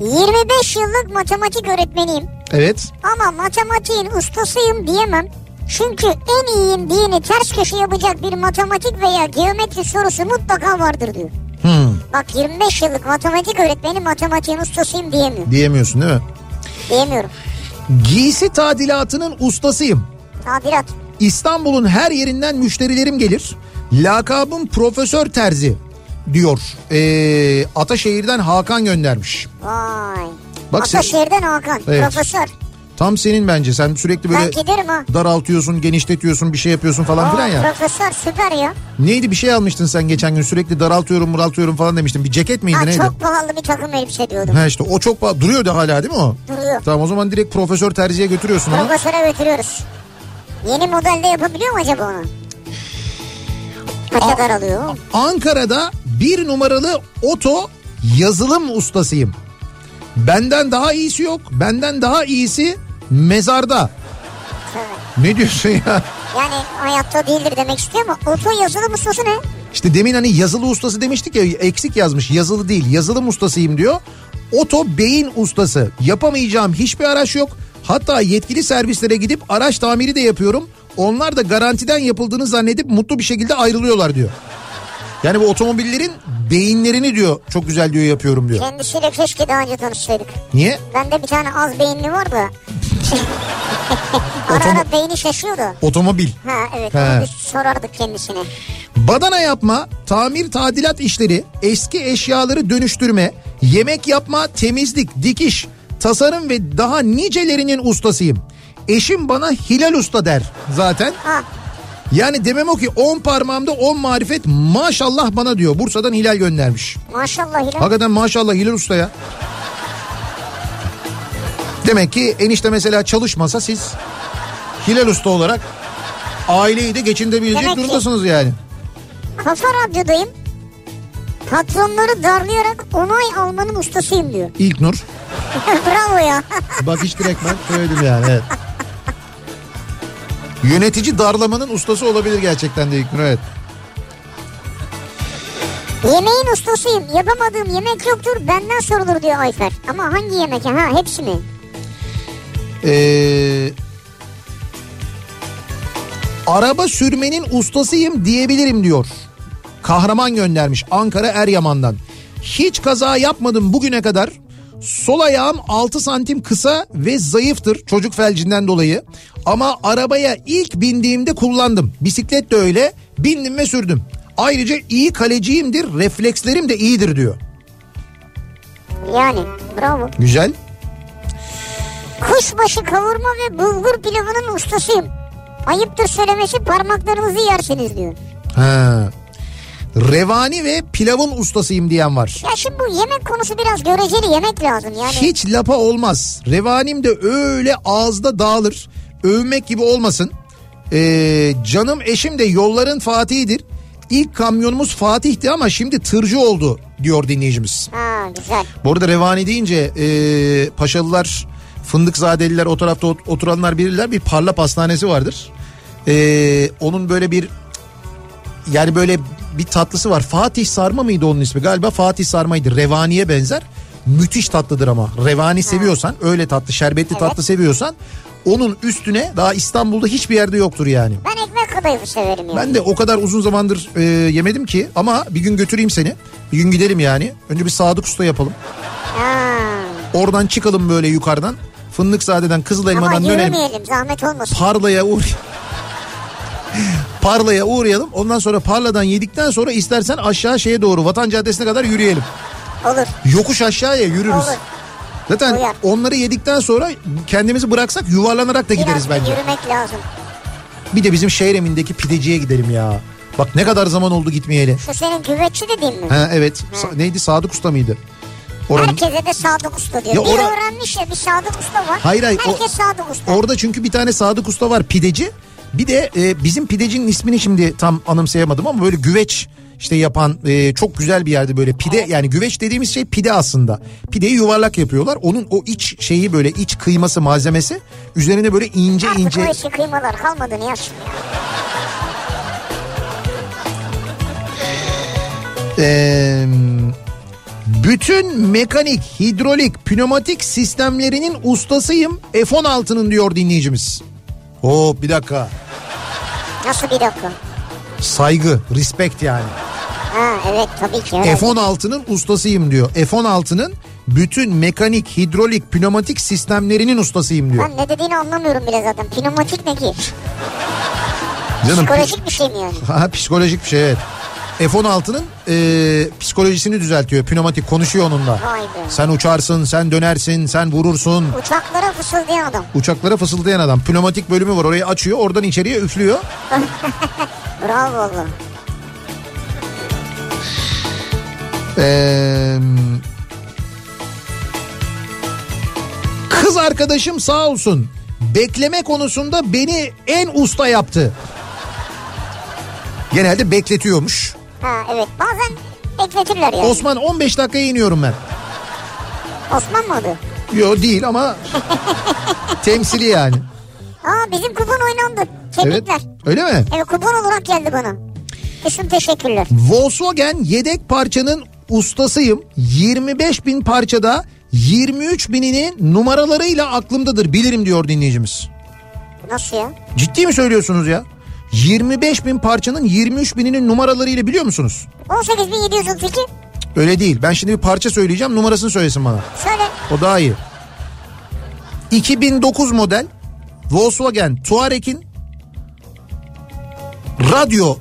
25 yıllık matematik öğretmeniyim Evet. ama matematiğin ustasıyım diyemem. Çünkü en iyiyim diyeni ters köşe yapacak bir matematik veya geometri sorusu mutlaka vardır diyor. Hmm, Bak 25 yıllık matematik öğretmeni matematiğin ustasıyım diyemiyor. diyemiyorsun değil mi? Diyemiyorum. Giysi tadilatının ustasıyım. Tadilat. İstanbul'un her yerinden müşterilerim gelir. Lakabım Profesör Terzi diyor. Ee, Ataşehir'den Hakan göndermiş. Vay. Bak sen- Ataşehir'den Hakan. Evet. Profesör. Tam senin bence. Sen sürekli Ben böyle giderim ha. daraltıyorsun, genişletiyorsun, bir şey yapıyorsun falan Aa, filan ya. Profesör süper ya. Neydi bir şey almıştın sen geçen gün sürekli daraltıyorum, muraltıyorum falan demiştin. Bir ceket miydi Ha, neydi? çok pahalı bir takım elbise diyordum. Ha işte o çok pa- duruyordu hala değil mi o? Duruyor. Tamam o zaman direkt Profesör Terzi'ye götürüyorsun onu. Profesöre götürüyoruz. Yeni modelde yapabiliyor mu acaba onu? Ne kadar alıyor? Ankara'da bir numaralı oto yazılım ustasıyım. Benden daha iyisi yok. Benden daha iyisi mezarda. Tabii. Ne diyorsun ya? Yani hayatta değildir demek istiyor ama oto yazılım ustası ne? İşte demin hani yazılı ustası demiştik ya eksik yazmış. Yazılı değil yazılım ustasıyım diyor. Oto beyin ustası. Yapamayacağım hiçbir araç yok. Hatta yetkili servislere gidip araç tamiri de yapıyorum. Onlar da garantiden yapıldığını zannedip mutlu bir şekilde ayrılıyorlar diyor. Yani bu otomobillerin beyinlerini diyor çok güzel diyor yapıyorum diyor. Kendisiyle keşke daha önce tanışsaydık. Niye? Bende bir tane az beyinli var da. ara Otomo- ara beyni şaşıyordu. Otomobil. Ha evet He. onu biz sorardık kendisine. Badana yapma, tamir tadilat işleri, eski eşyaları dönüştürme, yemek yapma, temizlik, dikiş, tasarım ve daha nicelerinin ustasıyım. Eşim bana Hilal Usta der zaten. Ha Yani demem o ki 10 parmağımda 10 marifet maşallah bana diyor. Bursa'dan Hilal göndermiş. maşallah Hilal. Hakikaten maşallah Hilal Usta ya. Demek ki enişte mesela çalışmasa siz Hilal Usta olarak aileyi de Demek geçindirebilecek ki- durumdasınız yani. Kafa radyodayım. Patronları darlayarak onay almanın ustasıyım diyor. İlk Nur. Bravo ya. Bak hiç direkt ben söyledim yani evet. Yönetici darlamanın ustası olabilir gerçekten de İlknur evet. Yemeğin ustasıyım. Yapamadığım yemek yoktur. Benden sorulur diyor Ayfer. Ama hangi yemek? ya? Ha hepsi mi? Ee, araba sürmenin ustasıyım diyebilirim diyor. Kahraman göndermiş Ankara Eryaman'dan. Hiç kaza yapmadım bugüne kadar. Sol ayağım 6 santim kısa ve zayıftır çocuk felcinden dolayı. Ama arabaya ilk bindiğimde kullandım. Bisiklet de öyle. Bindim ve sürdüm. Ayrıca iyi kaleciyimdir, reflekslerim de iyidir diyor. Yani bravo. Güzel. Kuşbaşı kavurma ve bulgur pilavının ustasıyım. Ayıptır söylemesi parmaklarınızı yersiniz diyor. Ha. Revani ve pilavın ustasıyım diyen var. Ya şimdi bu yemek konusu biraz göreceli yemek lazım yani. Hiç lapa olmaz. Revanim de öyle ağızda dağılır. Övmek gibi olmasın. Ee, canım eşim de yolların Fatih'idir. İlk kamyonumuz Fatih'ti ama şimdi tırcı oldu diyor dinleyicimiz. Ha güzel. Bu arada Revani deyince e, Paşalılar, Fındıkzadeliler o tarafta ot- oturanlar bilirler bir parla pastanesi vardır. E, onun böyle bir yani böyle bir tatlısı var. Fatih Sarma mıydı onun ismi? Galiba Fatih Sarma'ydı. Revani'ye benzer. Müthiş tatlıdır ama. Revani seviyorsan öyle tatlı şerbetli tatlı seviyorsan onun üstüne daha İstanbul'da hiçbir yerde yoktur yani. Ben ekmek kadayıfı severim yani. Ben de o kadar uzun zamandır e, yemedim ki ama bir gün götüreyim seni. Bir gün gidelim yani. Önce bir Sadık Usta yapalım. Ha. Oradan çıkalım böyle yukarıdan. Fındıkzade'den Ama Kızılaymadan dönelim. yürümeyelim zahmet olmasın. Parlaya uğray Parlaya uğrayalım. Ondan sonra Parla'dan yedikten sonra istersen aşağı şeye doğru Vatan Caddesi'ne kadar yürüyelim. Olur. Yokuş aşağıya yürürüz. Olur. Zaten Uyar. onları yedikten sonra kendimizi bıraksak yuvarlanarak da gideriz Biraz bence. yürümek lazım. Bir de bizim Şehrem'indeki pideciye gidelim ya. Bak ne kadar zaman oldu gitmeyeli. Şu senin güveççi dediğin mi? Ha evet. Sa- neydi Sadık Usta mıydı? Oranın- Herkese de Sadık Usta diyor. Ya bir ora- öğrenmiş ya bir Sadık Usta var. Hayır, hayır, o- Herkes Sadık Usta. Orada çünkü bir tane Sadık Usta var pideci. Bir de e, bizim pidecinin ismini şimdi tam anımsayamadım ama böyle güveç işte yapan e, çok güzel bir yerde böyle pide yani güveç dediğimiz şey pide aslında. Pideyi yuvarlak yapıyorlar. Onun o iç şeyi böyle iç kıyması malzemesi üzerine böyle ince Artık ince o eski kıymalar kalmadı ne yazık ya. Ee, bütün mekanik, hidrolik, pnömatik sistemlerinin ustasıyım F-16'nın diyor dinleyicimiz. Oo bir dakika. Nasıl bir dakika? Saygı, respect yani. Ha evet tabii ki. öyle. F-16'nın ustasıyım diyor. F-16'nın bütün mekanik, hidrolik, pnömatik sistemlerinin ustasıyım diyor. Ben ne dediğini anlamıyorum bile zaten. Pneumatik ne ki? Psikolojik bir şey mi yani? Ha, psikolojik bir şey evet. F-16'nın e, psikolojisini düzeltiyor. Pnömatik konuşuyor onunla. Vay be. Sen uçarsın, sen dönersin, sen vurursun. Uçaklara fısıldayan adam. Uçaklara fısıldayan adam. Pnömatik bölümü var. Orayı açıyor. Oradan içeriye üflüyor. Bravo valla. Ee, kız arkadaşım sağ olsun. Bekleme konusunda beni en usta yaptı. Genelde bekletiyormuş. Ha evet bazen bekletirler yani. Osman 15 dakikaya iniyorum ben. Osman mı adı? Yo değil ama temsili yani. Aa bizim kupon oynandı. Evet. Tebrikler. Evet. Öyle mi? kupon olarak geldi bana. Kısım teşekkürler. Volkswagen yedek parçanın ustasıyım. 25 bin parçada 23 bininin numaralarıyla aklımdadır bilirim diyor dinleyicimiz. Nasıl ya? Ciddi mi söylüyorsunuz ya? 25 bin parçanın 23 bininin numaralarıyla biliyor musunuz? 18732 Öyle değil. Ben şimdi bir parça söyleyeceğim numarasını söylesin bana. söyle. O daha iyi. 2009 model Volkswagen Touareg'in radyo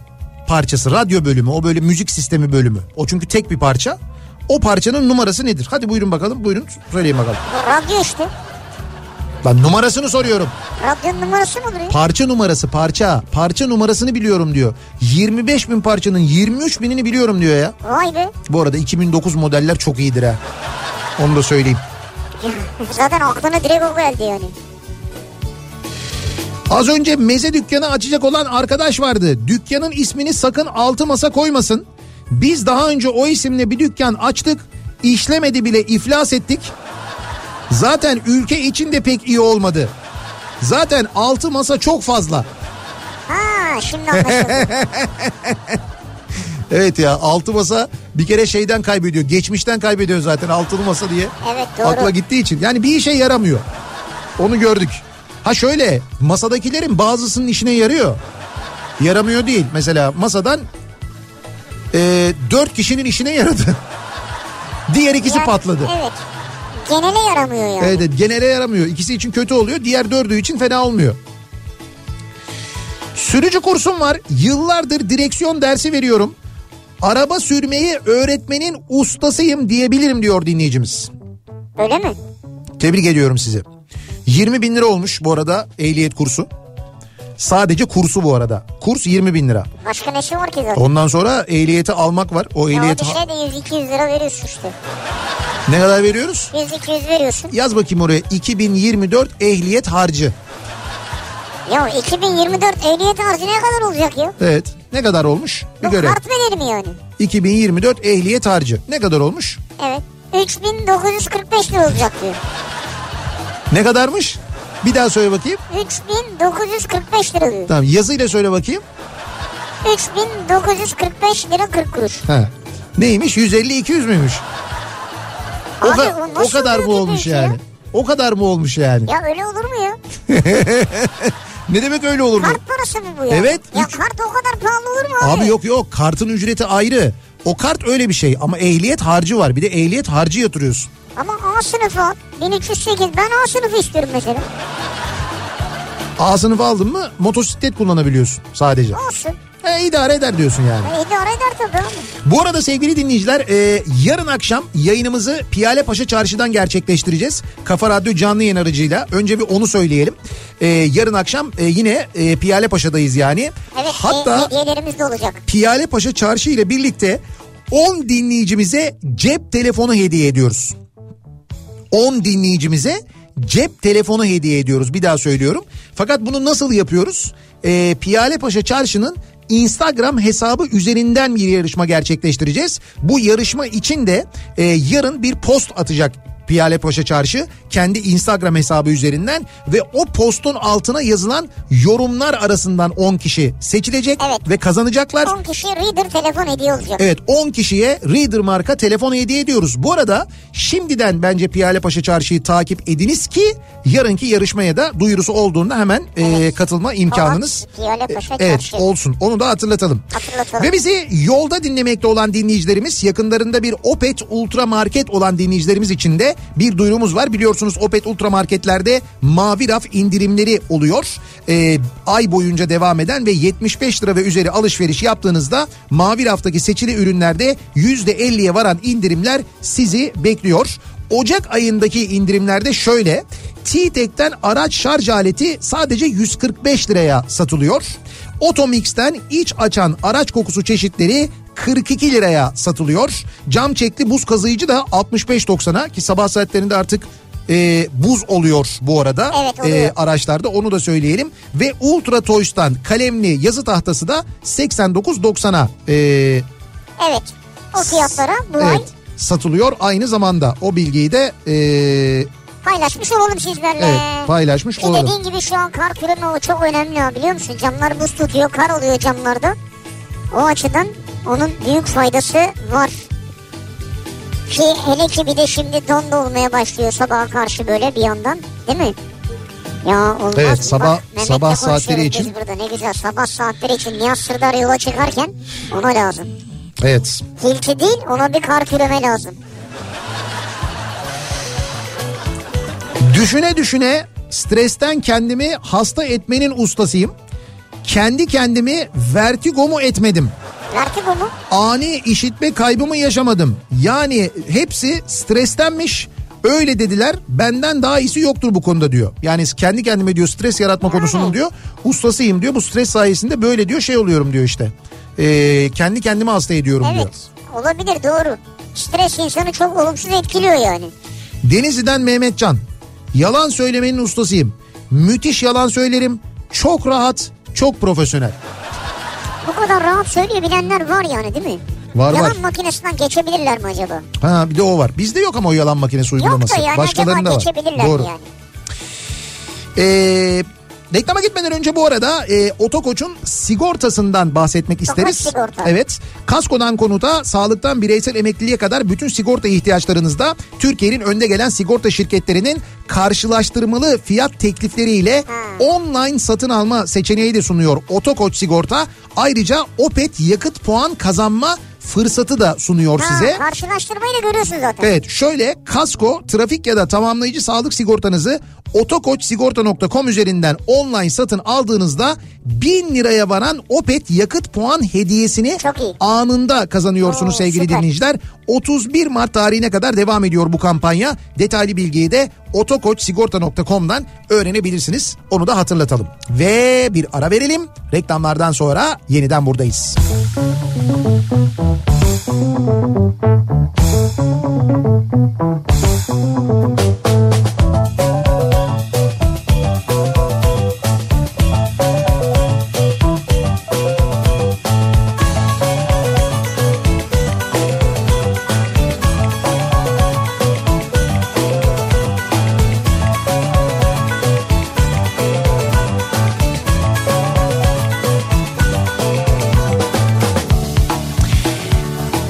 parçası, radyo bölümü, o böyle müzik sistemi bölümü. O çünkü tek bir parça. O parçanın numarası nedir? Hadi buyurun bakalım, buyurun söyleyin bakalım. Bu radyo işte. Ben numarasını soruyorum. Radyonun numarası mı olur ya? Parça numarası, parça, parça numarasını biliyorum diyor. 25 bin parçanın 23 binini biliyorum diyor ya. Vay be. Bu arada 2009 modeller çok iyidir ha. Onu da söyleyeyim. Zaten aklına direkt o geldi yani. Az önce meze dükkanı açacak olan arkadaş vardı. Dükkanın ismini sakın altı masa koymasın. Biz daha önce o isimle bir dükkan açtık. İşlemedi bile iflas ettik. Zaten ülke için de pek iyi olmadı. Zaten altı masa çok fazla. Ha şimdi anlaşıldı. Evet ya altı masa bir kere şeyden kaybediyor. Geçmişten kaybediyor zaten altılı masa diye. Evet, doğru. Akla gittiği için. Yani bir işe yaramıyor. Onu gördük. Ha şöyle masadakilerin bazısının işine yarıyor. Yaramıyor değil. Mesela masadan e, dört kişinin işine yaradı. Diğer ikisi Yani, patladı. Evet. genele yaramıyor yani. Evet, evet genele yaramıyor. İkisi için kötü oluyor. Diğer dördü için fena olmuyor. Sürücü kursum var. Yıllardır direksiyon dersi veriyorum. Araba sürmeyi öğretmenin ustasıyım diyebilirim diyor dinleyicimiz. Öyle mi? Tebrik ediyorum sizi. 20 bin lira olmuş bu arada ehliyet kursu. Sadece kursu bu arada. Kurs 20 bin lira. Başka ne şey var ki zaten? Ondan sonra ehliyeti almak var. O Ya o ehliyet bir şey de 100-200 lira veriyorsun işte. ne kadar veriyoruz? 100-200 veriyorsun. Yaz bakayım oraya 2024 ehliyet harcı. Ya 2024 ehliyet harcı ne kadar olacak ya? Evet. Ne kadar olmuş? Bir Bu görelim. kart bedeli mi yani? 2024 ehliyet harcı. Ne kadar olmuş? Evet. 3945 lira olacak diyor. Ne kadarmış? Bir daha söyle bakayım. 3945 lira diyor. Tamam yazıyla söyle bakayım. 3945 lira 40 kuruş. Ha. Neymiş? 150-200 müymüş? O, Abi ka- o o nasıl kadar bir mı olmuş ödül ya? yani? O kadar mı olmuş yani? Ya öyle olur mu ya? Ne demek öyle olur mu? Kart parası mı bu ya? Evet, Ya üç- kart o kadar pahalı olur mu abi? Abi yok yok kartın ücreti ayrı. O kart öyle bir şey ama ehliyet harcı var. Bir de ehliyet harcı yatırıyorsun. Ama A sınıfı al. 1308 ben A sınıfı istiyorum mesela. A sınıfı aldın mı motosiklet kullanabiliyorsun sadece. Olsun. E, idare eder diyorsun yani. E, idare eder tabii abi. Bu arada sevgili dinleyiciler e, yarın akşam yayınımızı Piyale Paşa Çarşı'dan gerçekleştireceğiz. Kafa Radyo canlı yayın aracıyla. Önce bir onu söyleyelim. E, yarın akşam e, yine e, Piyale Paşa'dayız yani. Evet Hatta e, hediyelerimiz de olacak. Piyale Paşa Çarşı ile birlikte 10 dinleyicimize cep telefonu hediye ediyoruz. 10 dinleyicimize cep telefonu hediye ediyoruz bir daha söylüyorum. Fakat bunu nasıl yapıyoruz? Ee, Piyale Paşa Çarşı'nın Instagram hesabı üzerinden bir yarışma gerçekleştireceğiz. Bu yarışma için de e, yarın bir post atacak Piyale Paşa Çarşı kendi Instagram hesabı üzerinden ve o postun altına yazılan yorumlar arasından 10 kişi seçilecek Evet. ve kazanacaklar. 10 kişi reader telefon hediye olacak. Evet 10 kişiye Reader marka telefon hediye ediyoruz. Bu arada şimdiden bence Piyale Paşa Çarşı'yı takip ediniz ki yarınki yarışmaya da duyurusu olduğunda hemen e, katılma imkanınız. E, Piyale Paşa Evet Çarşı. olsun onu da hatırlatalım. Hatırlatalım. Ve bizi yolda dinlemekte olan dinleyicilerimiz yakınlarında bir Opet Ultra Market olan dinleyicilerimiz için de bir duyurumuz var. Biliyorsunuz Opet Ultra Marketlerde mavi raf indirimleri oluyor. Ee, ay boyunca devam eden ve 75 lira ve üzeri alışveriş yaptığınızda mavi raftaki seçili ürünlerde %50'ye varan indirimler sizi bekliyor. Ocak ayındaki indirimlerde şöyle T-Tek'ten araç şarj aleti sadece 145 liraya satılıyor. Otomix'ten iç açan araç kokusu çeşitleri 42 liraya satılıyor. Cam çekli buz kazıyıcı da 65.90'a ki sabah saatlerinde artık e, buz oluyor bu arada e, Evet, oluyor. araçlarda onu da söyleyelim. Ve Ultra Toys'tan kalemli yazı tahtası da 89.90'a e, Evet. O fiyatlara bu ay evet, satılıyor aynı zamanda. O bilgiyi de e, paylaşmış olalım sizlerle. Evet paylaşmış Ki olalım. dediğin gibi şu an kar fırınlığı çok önemli abi biliyor musun? Camlar buz tutuyor, kar oluyor camlarda. O açıdan onun büyük faydası var. Ki hele ki bir de şimdi don da olmaya başlıyor sabaha karşı böyle bir yandan değil mi? Ya olmaz. Evet, Bak, sabah- Mehmet'le sabah konuşuyoruz saatleri biz için- burada ne güzel sabah saatleri için Nihat Sırdar yola çıkarken ona lazım. Evet. Hilti değil ona bir kar küreme lazım. Düşüne düşüne stresten kendimi hasta etmenin ustasıyım. Kendi kendimi vertigomu etmedim. Vertigo mu? Ani işitme kaybımı yaşamadım. Yani hepsi strestenmiş. Öyle dediler. Benden daha iyisi yoktur bu konuda diyor. Yani kendi kendime diyor stres yaratma konusunun diyor. Ustasıyım diyor. Bu stres sayesinde böyle diyor şey oluyorum diyor işte. Ee, kendi kendimi hasta ediyorum diyor. Evet. Olabilir doğru. Stres insanı çok olumsuz etkiliyor yani. Denizli'den Mehmetcan. Yalan söylemenin ustasıyım. Müthiş yalan söylerim. Çok rahat, çok profesyonel. Bu kadar rahat söyleyebilenler var yani değil mi? Var, Yalan var. makinesinden geçebilirler mi acaba? Ha bir de o var. Bizde yok ama o yalan makinesi uygulaması. Yok da yani Başkalarında acaba var. geçebilirler Doğru. mi yani? Ee, reklama gitmeden önce bu arada e, Otokoç'un sigortasından bahsetmek isteriz. sigorta. Evet. Kaskodan konuta, sağlıktan bireysel emekliliğe kadar bütün sigorta ihtiyaçlarınızda Türkiye'nin önde gelen sigorta şirketlerinin karşılaştırmalı fiyat teklifleriyle online satın alma seçeneği de sunuyor Otokoç Sigorta. Ayrıca Opet yakıt puan kazanma fırsatı da sunuyor Ha, size. Karşılaştırmayı da görüyorsun zaten. Evet şöyle kasko trafik ya da tamamlayıcı sağlık sigortanızı otokoçsigorta.com üzerinden online satın aldığınızda 1000 liraya varan Opet yakıt puan hediyesini Çok iyi. anında kazanıyorsunuz Oo, sevgili süper. dinleyiciler. 31 Mart tarihine kadar devam ediyor bu kampanya. Detaylı bilgiyi de otokoçsigorta.com'dan öğrenebilirsiniz. Onu da hatırlatalım. Ve bir ara verelim. Reklamlardan sonra yeniden buradayız.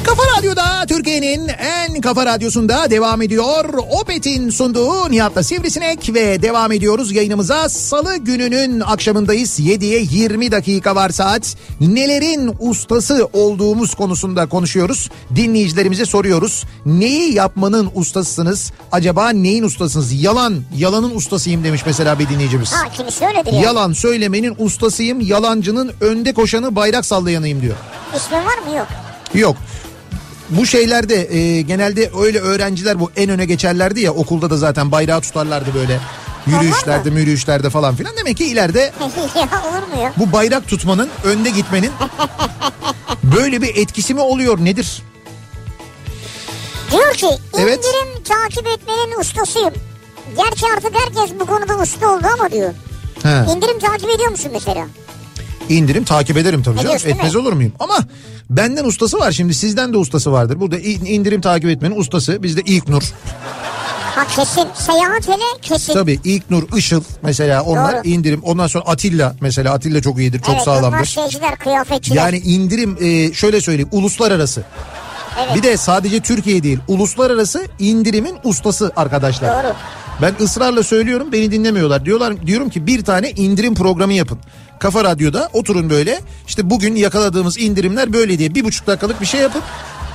Kafa Radyo'da Türkiye'nin en kafa radyosunda devam ediyor. Opet'in sunduğu Nihat'la Sivrisinek ve devam ediyoruz yayınımıza. Salı gününün akşamındayız. 7'ye 20 dakika var saat. Nelerin ustası olduğumuz konusunda konuşuyoruz. Dinleyicilerimize soruyoruz. Neyi yapmanın ustasısınız? Acaba neyin ustasınız? Yalan, yalanın ustasıyım demiş mesela bir dinleyicimiz. Ha kimisi öyledir ya. Yalan söylemenin ustasıyım, yalancının önde koşanı bayrak sallayanıyım diyor. İsmin var mı? Yok. Yok. Bu şeylerde e, genelde öyle öğrenciler bu en öne geçerlerdi ya okulda da zaten bayrağı tutarlardı böyle yürüyüşlerde, yürüyüşlerde falan filan. Demek ki ileride ya olur mu ya? bu bayrak tutmanın, önde gitmenin böyle bir etkisi mi oluyor nedir? Diyor ki Evet. indirim takip etmenin ustasıyım. Gerçi artık herkes bu konuda usta oldu ama diyor. He. İndirim takip ediyor musun mesela? İndirim takip ederim tabii canım. Ediyorsun, değil mi? Etmez olur muyum? Ama benden ustası var şimdi sizden de ustası vardır. Burada in- indirim takip etmenin ustası bizde İlknur. Ha kesin. Seyahat hele kesin. Tabii İlknur, Işıl mesela onlar Doğru. indirim. Ondan sonra Atilla mesela Atilla çok iyidir, çok evet, Bunlar sağlamdır. şeyciler, kıyafetçiler. Yani indirim e, şöyle söyleyeyim uluslararası. Bir de sadece Türkiye değil uluslararası indirimin ustası arkadaşlar. Doğru. Ben ısrarla söylüyorum beni dinlemiyorlar. Diyorlar diyorum ki bir tane indirim programı yapın. Kafa Radyo'da oturun böyle işte bugün yakaladığımız indirimler böyle diye bir buçuk dakikalık bir şey yapın.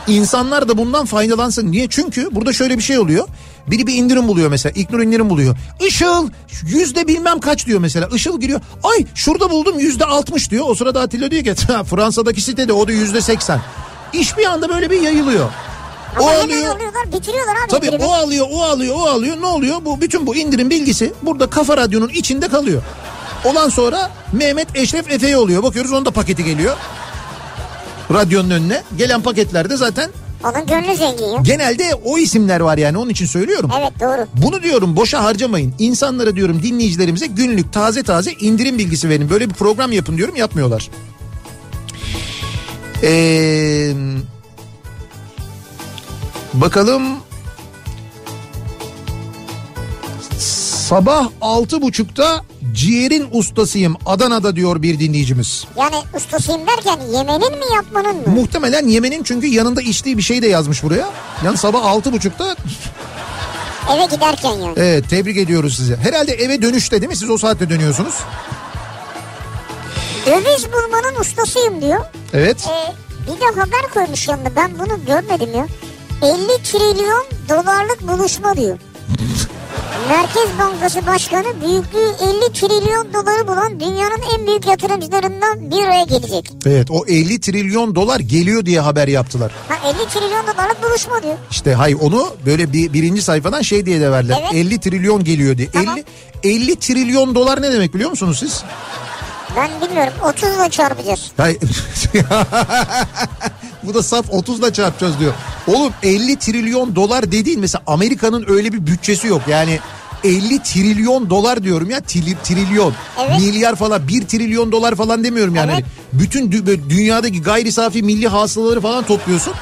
İnsanlar da bundan faydalansın. Niye? Çünkü burada şöyle bir şey oluyor. Biri bir indirim buluyor mesela. İknur indirim buluyor. Işıl yüzde bilmem kaç diyor mesela. Işıl giriyor. Ay şurada buldum yüzde altmış diyor. O sırada Atilla diyor ki "Ha, Fransa'daki sitede o da yüzde seksen. İş bir anda böyle bir yayılıyor. Ama hemen alıyorlar, bitiriyorlar abi Tabii indirimi. o alıyor, o alıyor, o alıyor. Ne oluyor? Bu bütün bu indirim bilgisi burada Kafa Radyo'nun içinde kalıyor. Olan sonra Mehmet Eşref Efe'ye oluyor. Bakıyoruz onun da paketi geliyor. Radyonun önüne. Gelen paketlerde zaten Onun gönlü zengin ya. genelde o isimler var yani onun için söylüyorum. Evet doğru. Bunu diyorum boşa harcamayın. İnsanlara diyorum dinleyicilerimize günlük taze taze indirim bilgisi verin. Böyle bir program yapın diyorum yapmıyorlar. Ee, bakalım. Sabah altı buçukta ciğerin ustasıyım Adana'da diyor bir dinleyicimiz. Yani ustasıyım derken yemenin mi yapmanın mı? Muhtemelen Yemen'in çünkü yanında içtiği bir şey de yazmış buraya. Yani sabah altı buçukta Eve giderken yani. Evet tebrik ediyoruz sizi. Herhalde eve dönüşte değil mi? Siz o saatte dönüyorsunuz. Döviz bulmanın ustasıyım diyor. Evet. Ee, bir de haber koymuş yanına ben bunu görmedim ya. 50 trilyon dolarlık buluşma diyor. Merkez Bankası Başkanı büyüklüğü 50 trilyon doları bulan dünyanın en büyük yatırımcılarından bir araya gelecek. Evet o 50 trilyon dolar geliyor diye haber yaptılar. Ha 50 trilyon dolarlık buluşma diyor. İşte hay onu böyle bir, birinci sayfadan şey diye de verdiler. Evet. 50 trilyon geliyor diye. Tamam. 50, 50 trilyon dolar ne demek biliyor musunuz siz? Ben bilmiyorum 30 ile çarpacağız. Hay- Bu da saf 30'la çarpacağız diyor. Oğlum 50 trilyon dolar dediğin mesela Amerika'nın öyle bir bütçesi yok. Yani 50 trilyon dolar diyorum ya tri- trilyon. Evet. Milyar falan 1 trilyon dolar falan demiyorum yani. Evet. Hani bütün dü- böyle dünyadaki gayri safi milli hasılaları falan topluyorsun.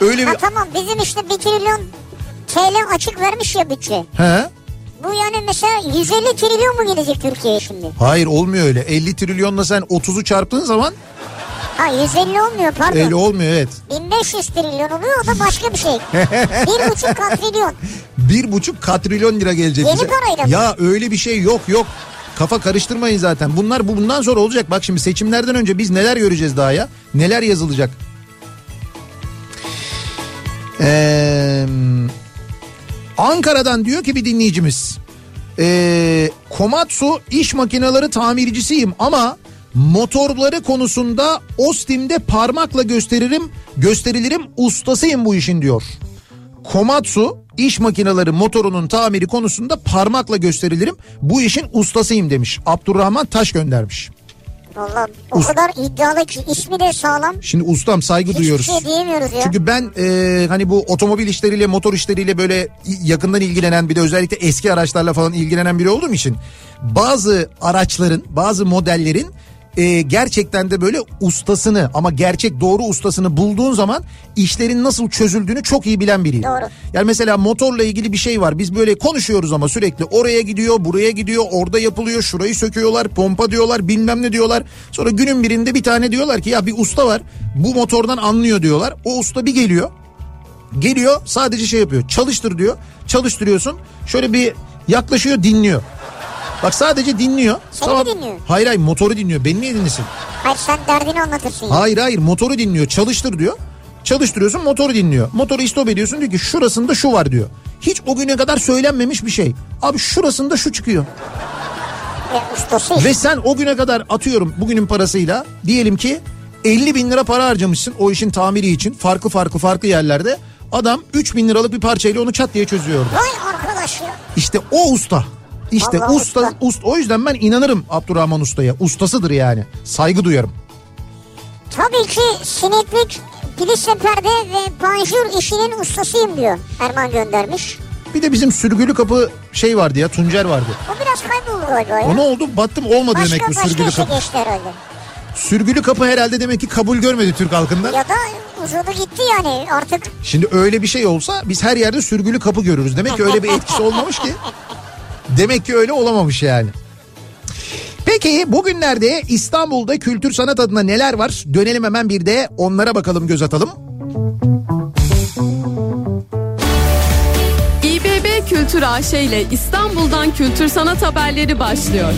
Öyle Ha bir... tamam bizim işte 1 trilyon TL açık vermiş ya bütçe. He? Bu yani mesela 150 trilyon mu gelecek Türkiye'ye şimdi? Hayır olmuyor öyle. 50 trilyonla sen 30'u çarptığın zaman Ha 150 olmuyor pardon. öyle olmuyor evet. 1500 trilyon oluyor o da başka bir şey. 1,5 katrilyon. Bir buçuk katrilyon lira gelecek Yeni bize. parayla mı? Ya öyle bir şey yok yok. Kafa karıştırmayın zaten. Bunlar bu bundan sonra olacak. Bak şimdi seçimlerden önce biz neler göreceğiz daha ya? Neler yazılacak? Eee... Ankara'dan diyor ki bir dinleyicimiz. Ee, Komatsu iş makineleri tamircisiyim ama motorları konusunda Ostim'de parmakla gösteririm, gösterilirim ustasıyım bu işin diyor. Komatsu iş makineleri motorunun tamiri konusunda parmakla gösterilirim. Bu işin ustasıyım demiş. Abdurrahman Taş göndermiş. Valla o kadar iddialı ki ismi de sağlam. Şimdi ustam saygı Hiçbir duyuyoruz. şey diyemiyoruz ya. Çünkü ben e, hani bu otomobil işleriyle motor işleriyle böyle yakından ilgilenen bir de özellikle eski araçlarla falan ilgilenen biri olduğum için bazı araçların bazı modellerin e, gerçekten de böyle ustasını ama gerçek doğru ustasını bulduğun zaman işlerin nasıl çözüldüğünü çok iyi bilen biriyim. Doğru. Yani mesela motorla ilgili bir şey var. Biz böyle konuşuyoruz ama sürekli oraya gidiyor, buraya gidiyor, orada yapılıyor, şurayı söküyorlar, pompa diyorlar, bilmem ne diyorlar. Sonra günün birinde bir tane diyorlar ki ya bir usta var. Bu motordan anlıyor diyorlar. O usta bir geliyor. Geliyor sadece şey yapıyor. Çalıştır diyor. Çalıştırıyorsun. Şöyle bir yaklaşıyor, dinliyor. Bak sadece dinliyor. Seni dinliyor. Hayır hayır motoru dinliyor. Beni niye dinlesin? Hayır sen derdini anlatırsın. ya. Hayır hayır motoru dinliyor çalıştır diyor. Çalıştırıyorsun motoru dinliyor. Motoru istop ediyorsun diyor ki şurasında şu var diyor. Hiç o güne kadar söylenmemiş bir şey. Abi şurasında şu çıkıyor. Ya, ustası. Ve sen o güne kadar atıyorum bugünün parasıyla diyelim ki 50 bin lira para harcamışsın o işin tamiri için. Farklı farklı farklı yerlerde. Adam 3 bin liralık bir parçayla onu çat diye çözüyor orada. Vay arkadaş ya. İşte o usta. İşte Vallahi usta, usta. usta. O yüzden ben inanırım Abdurrahman Usta'ya. Ustasıdır yani. Saygı duyarım. Tabii ki sineklik, piliç seferde ve panjur işinin ustasıyım diyor. Erman göndermiş. Bir de bizim sürgülü kapı şey vardı ya Tuncer vardı. O biraz kayboldu galiba ya. O ne oldu? Battım olmadı başka demek bu başka sürgülü işe kapı. geçti herhalde. Sürgülü kapı herhalde demek ki kabul görmedi Türk halkında. Ya da uzadı gitti yani artık. Şimdi öyle bir şey olsa biz her yerde sürgülü kapı görürüz. Demek ki öyle bir etkisi olmamış ki. Demek ki öyle olamamış yani. Peki bugünlerde İstanbul'da kültür sanat adına neler var? Dönelim hemen bir de onlara bakalım göz atalım. İBB Kültür AŞ ile İstanbul'dan kültür sanat haberleri başlıyor.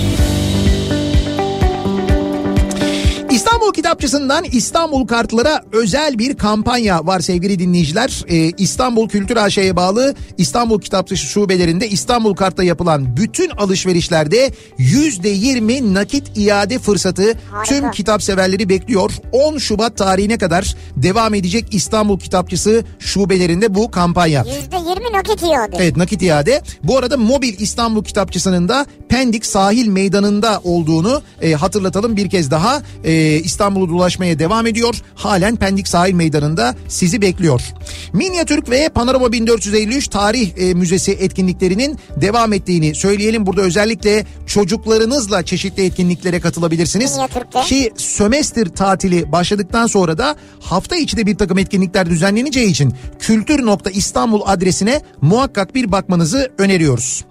İstanbul Kitapçısı'ndan İstanbul Kartlara özel bir kampanya var sevgili dinleyiciler. Ee, İstanbul Kültür AŞ'ye bağlı İstanbul Kitapçısı şubelerinde İstanbul Kart'ta yapılan bütün alışverişlerde %20 nakit iade fırsatı Harika. tüm kitap severleri bekliyor. 10 Şubat tarihine kadar devam edecek İstanbul Kitapçısı şubelerinde bu kampanya. Yüzde yirmi nakit iade. Evet nakit iade. Bu arada Mobil İstanbul Kitapçısı'nın da Pendik Sahil Meydanı'nda olduğunu e, hatırlatalım bir kez daha. E, İstanbul'u dolaşmaya devam ediyor. Halen Pendik Sahil Meydanı'nda sizi bekliyor. Minyatürk ve Panorama 1453 Tarih e, Müzesi etkinliklerinin devam ettiğini söyleyelim. Burada özellikle çocuklarınızla çeşitli etkinliklere katılabilirsiniz. Minyatürk'te. Ki ki sömestr tatili başladıktan sonra da hafta içi de bir takım etkinlikler düzenleneceği için kültür.istanbul adresine muhakkak bir bakmanızı öneriyoruz.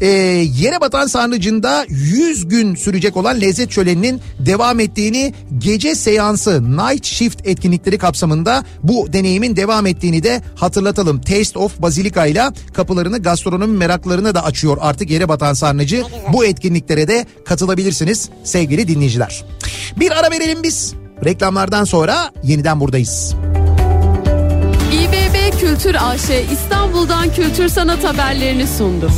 Ee, yere batan sarnıcında 100 gün sürecek olan lezzet şöleninin devam ettiğini gece seansı Night Shift etkinlikleri kapsamında bu deneyimin devam ettiğini de hatırlatalım. Taste of Basilica ile kapılarını gastronomi meraklarına da açıyor artık yere batan sarnıcı. Bu etkinliklere de katılabilirsiniz sevgili dinleyiciler. Bir ara verelim biz. Reklamlardan sonra yeniden buradayız. İBB Kültür AŞ İstanbul'dan kültür sanat haberlerini sundu.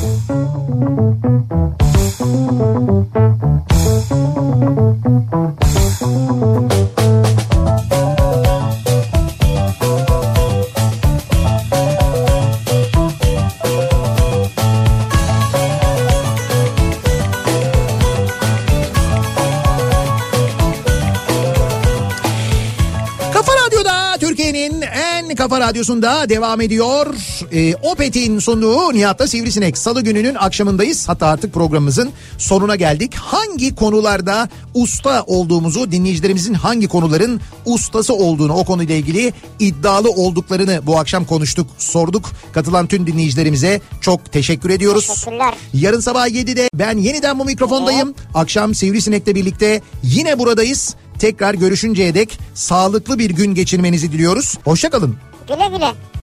Kafa Radyo'da Türkiye'nin en kafa radyosunda devam ediyor. Ee, Opet'in sunduğu Nihat'ta Sivrisinek. Salı gününün akşamındayız. Hatta artık programımızın sonuna geldik. Hangi konularda usta olduğumuzu, dinleyicilerimizin hangi konuların ustası olduğunu, o konuyla ilgili iddialı olduklarını bu akşam konuştuk, sorduk. Katılan tüm dinleyicilerimize çok teşekkür ediyoruz. Teşekkürler. Yarın sabah 7'de ben yeniden bu mikrofondayım. Akşam Sivrisinek'le birlikte yine buradayız. Tekrar görüşünceye dek sağlıklı bir gün geçirmenizi diliyoruz. Hoşçakalın. Güle güle.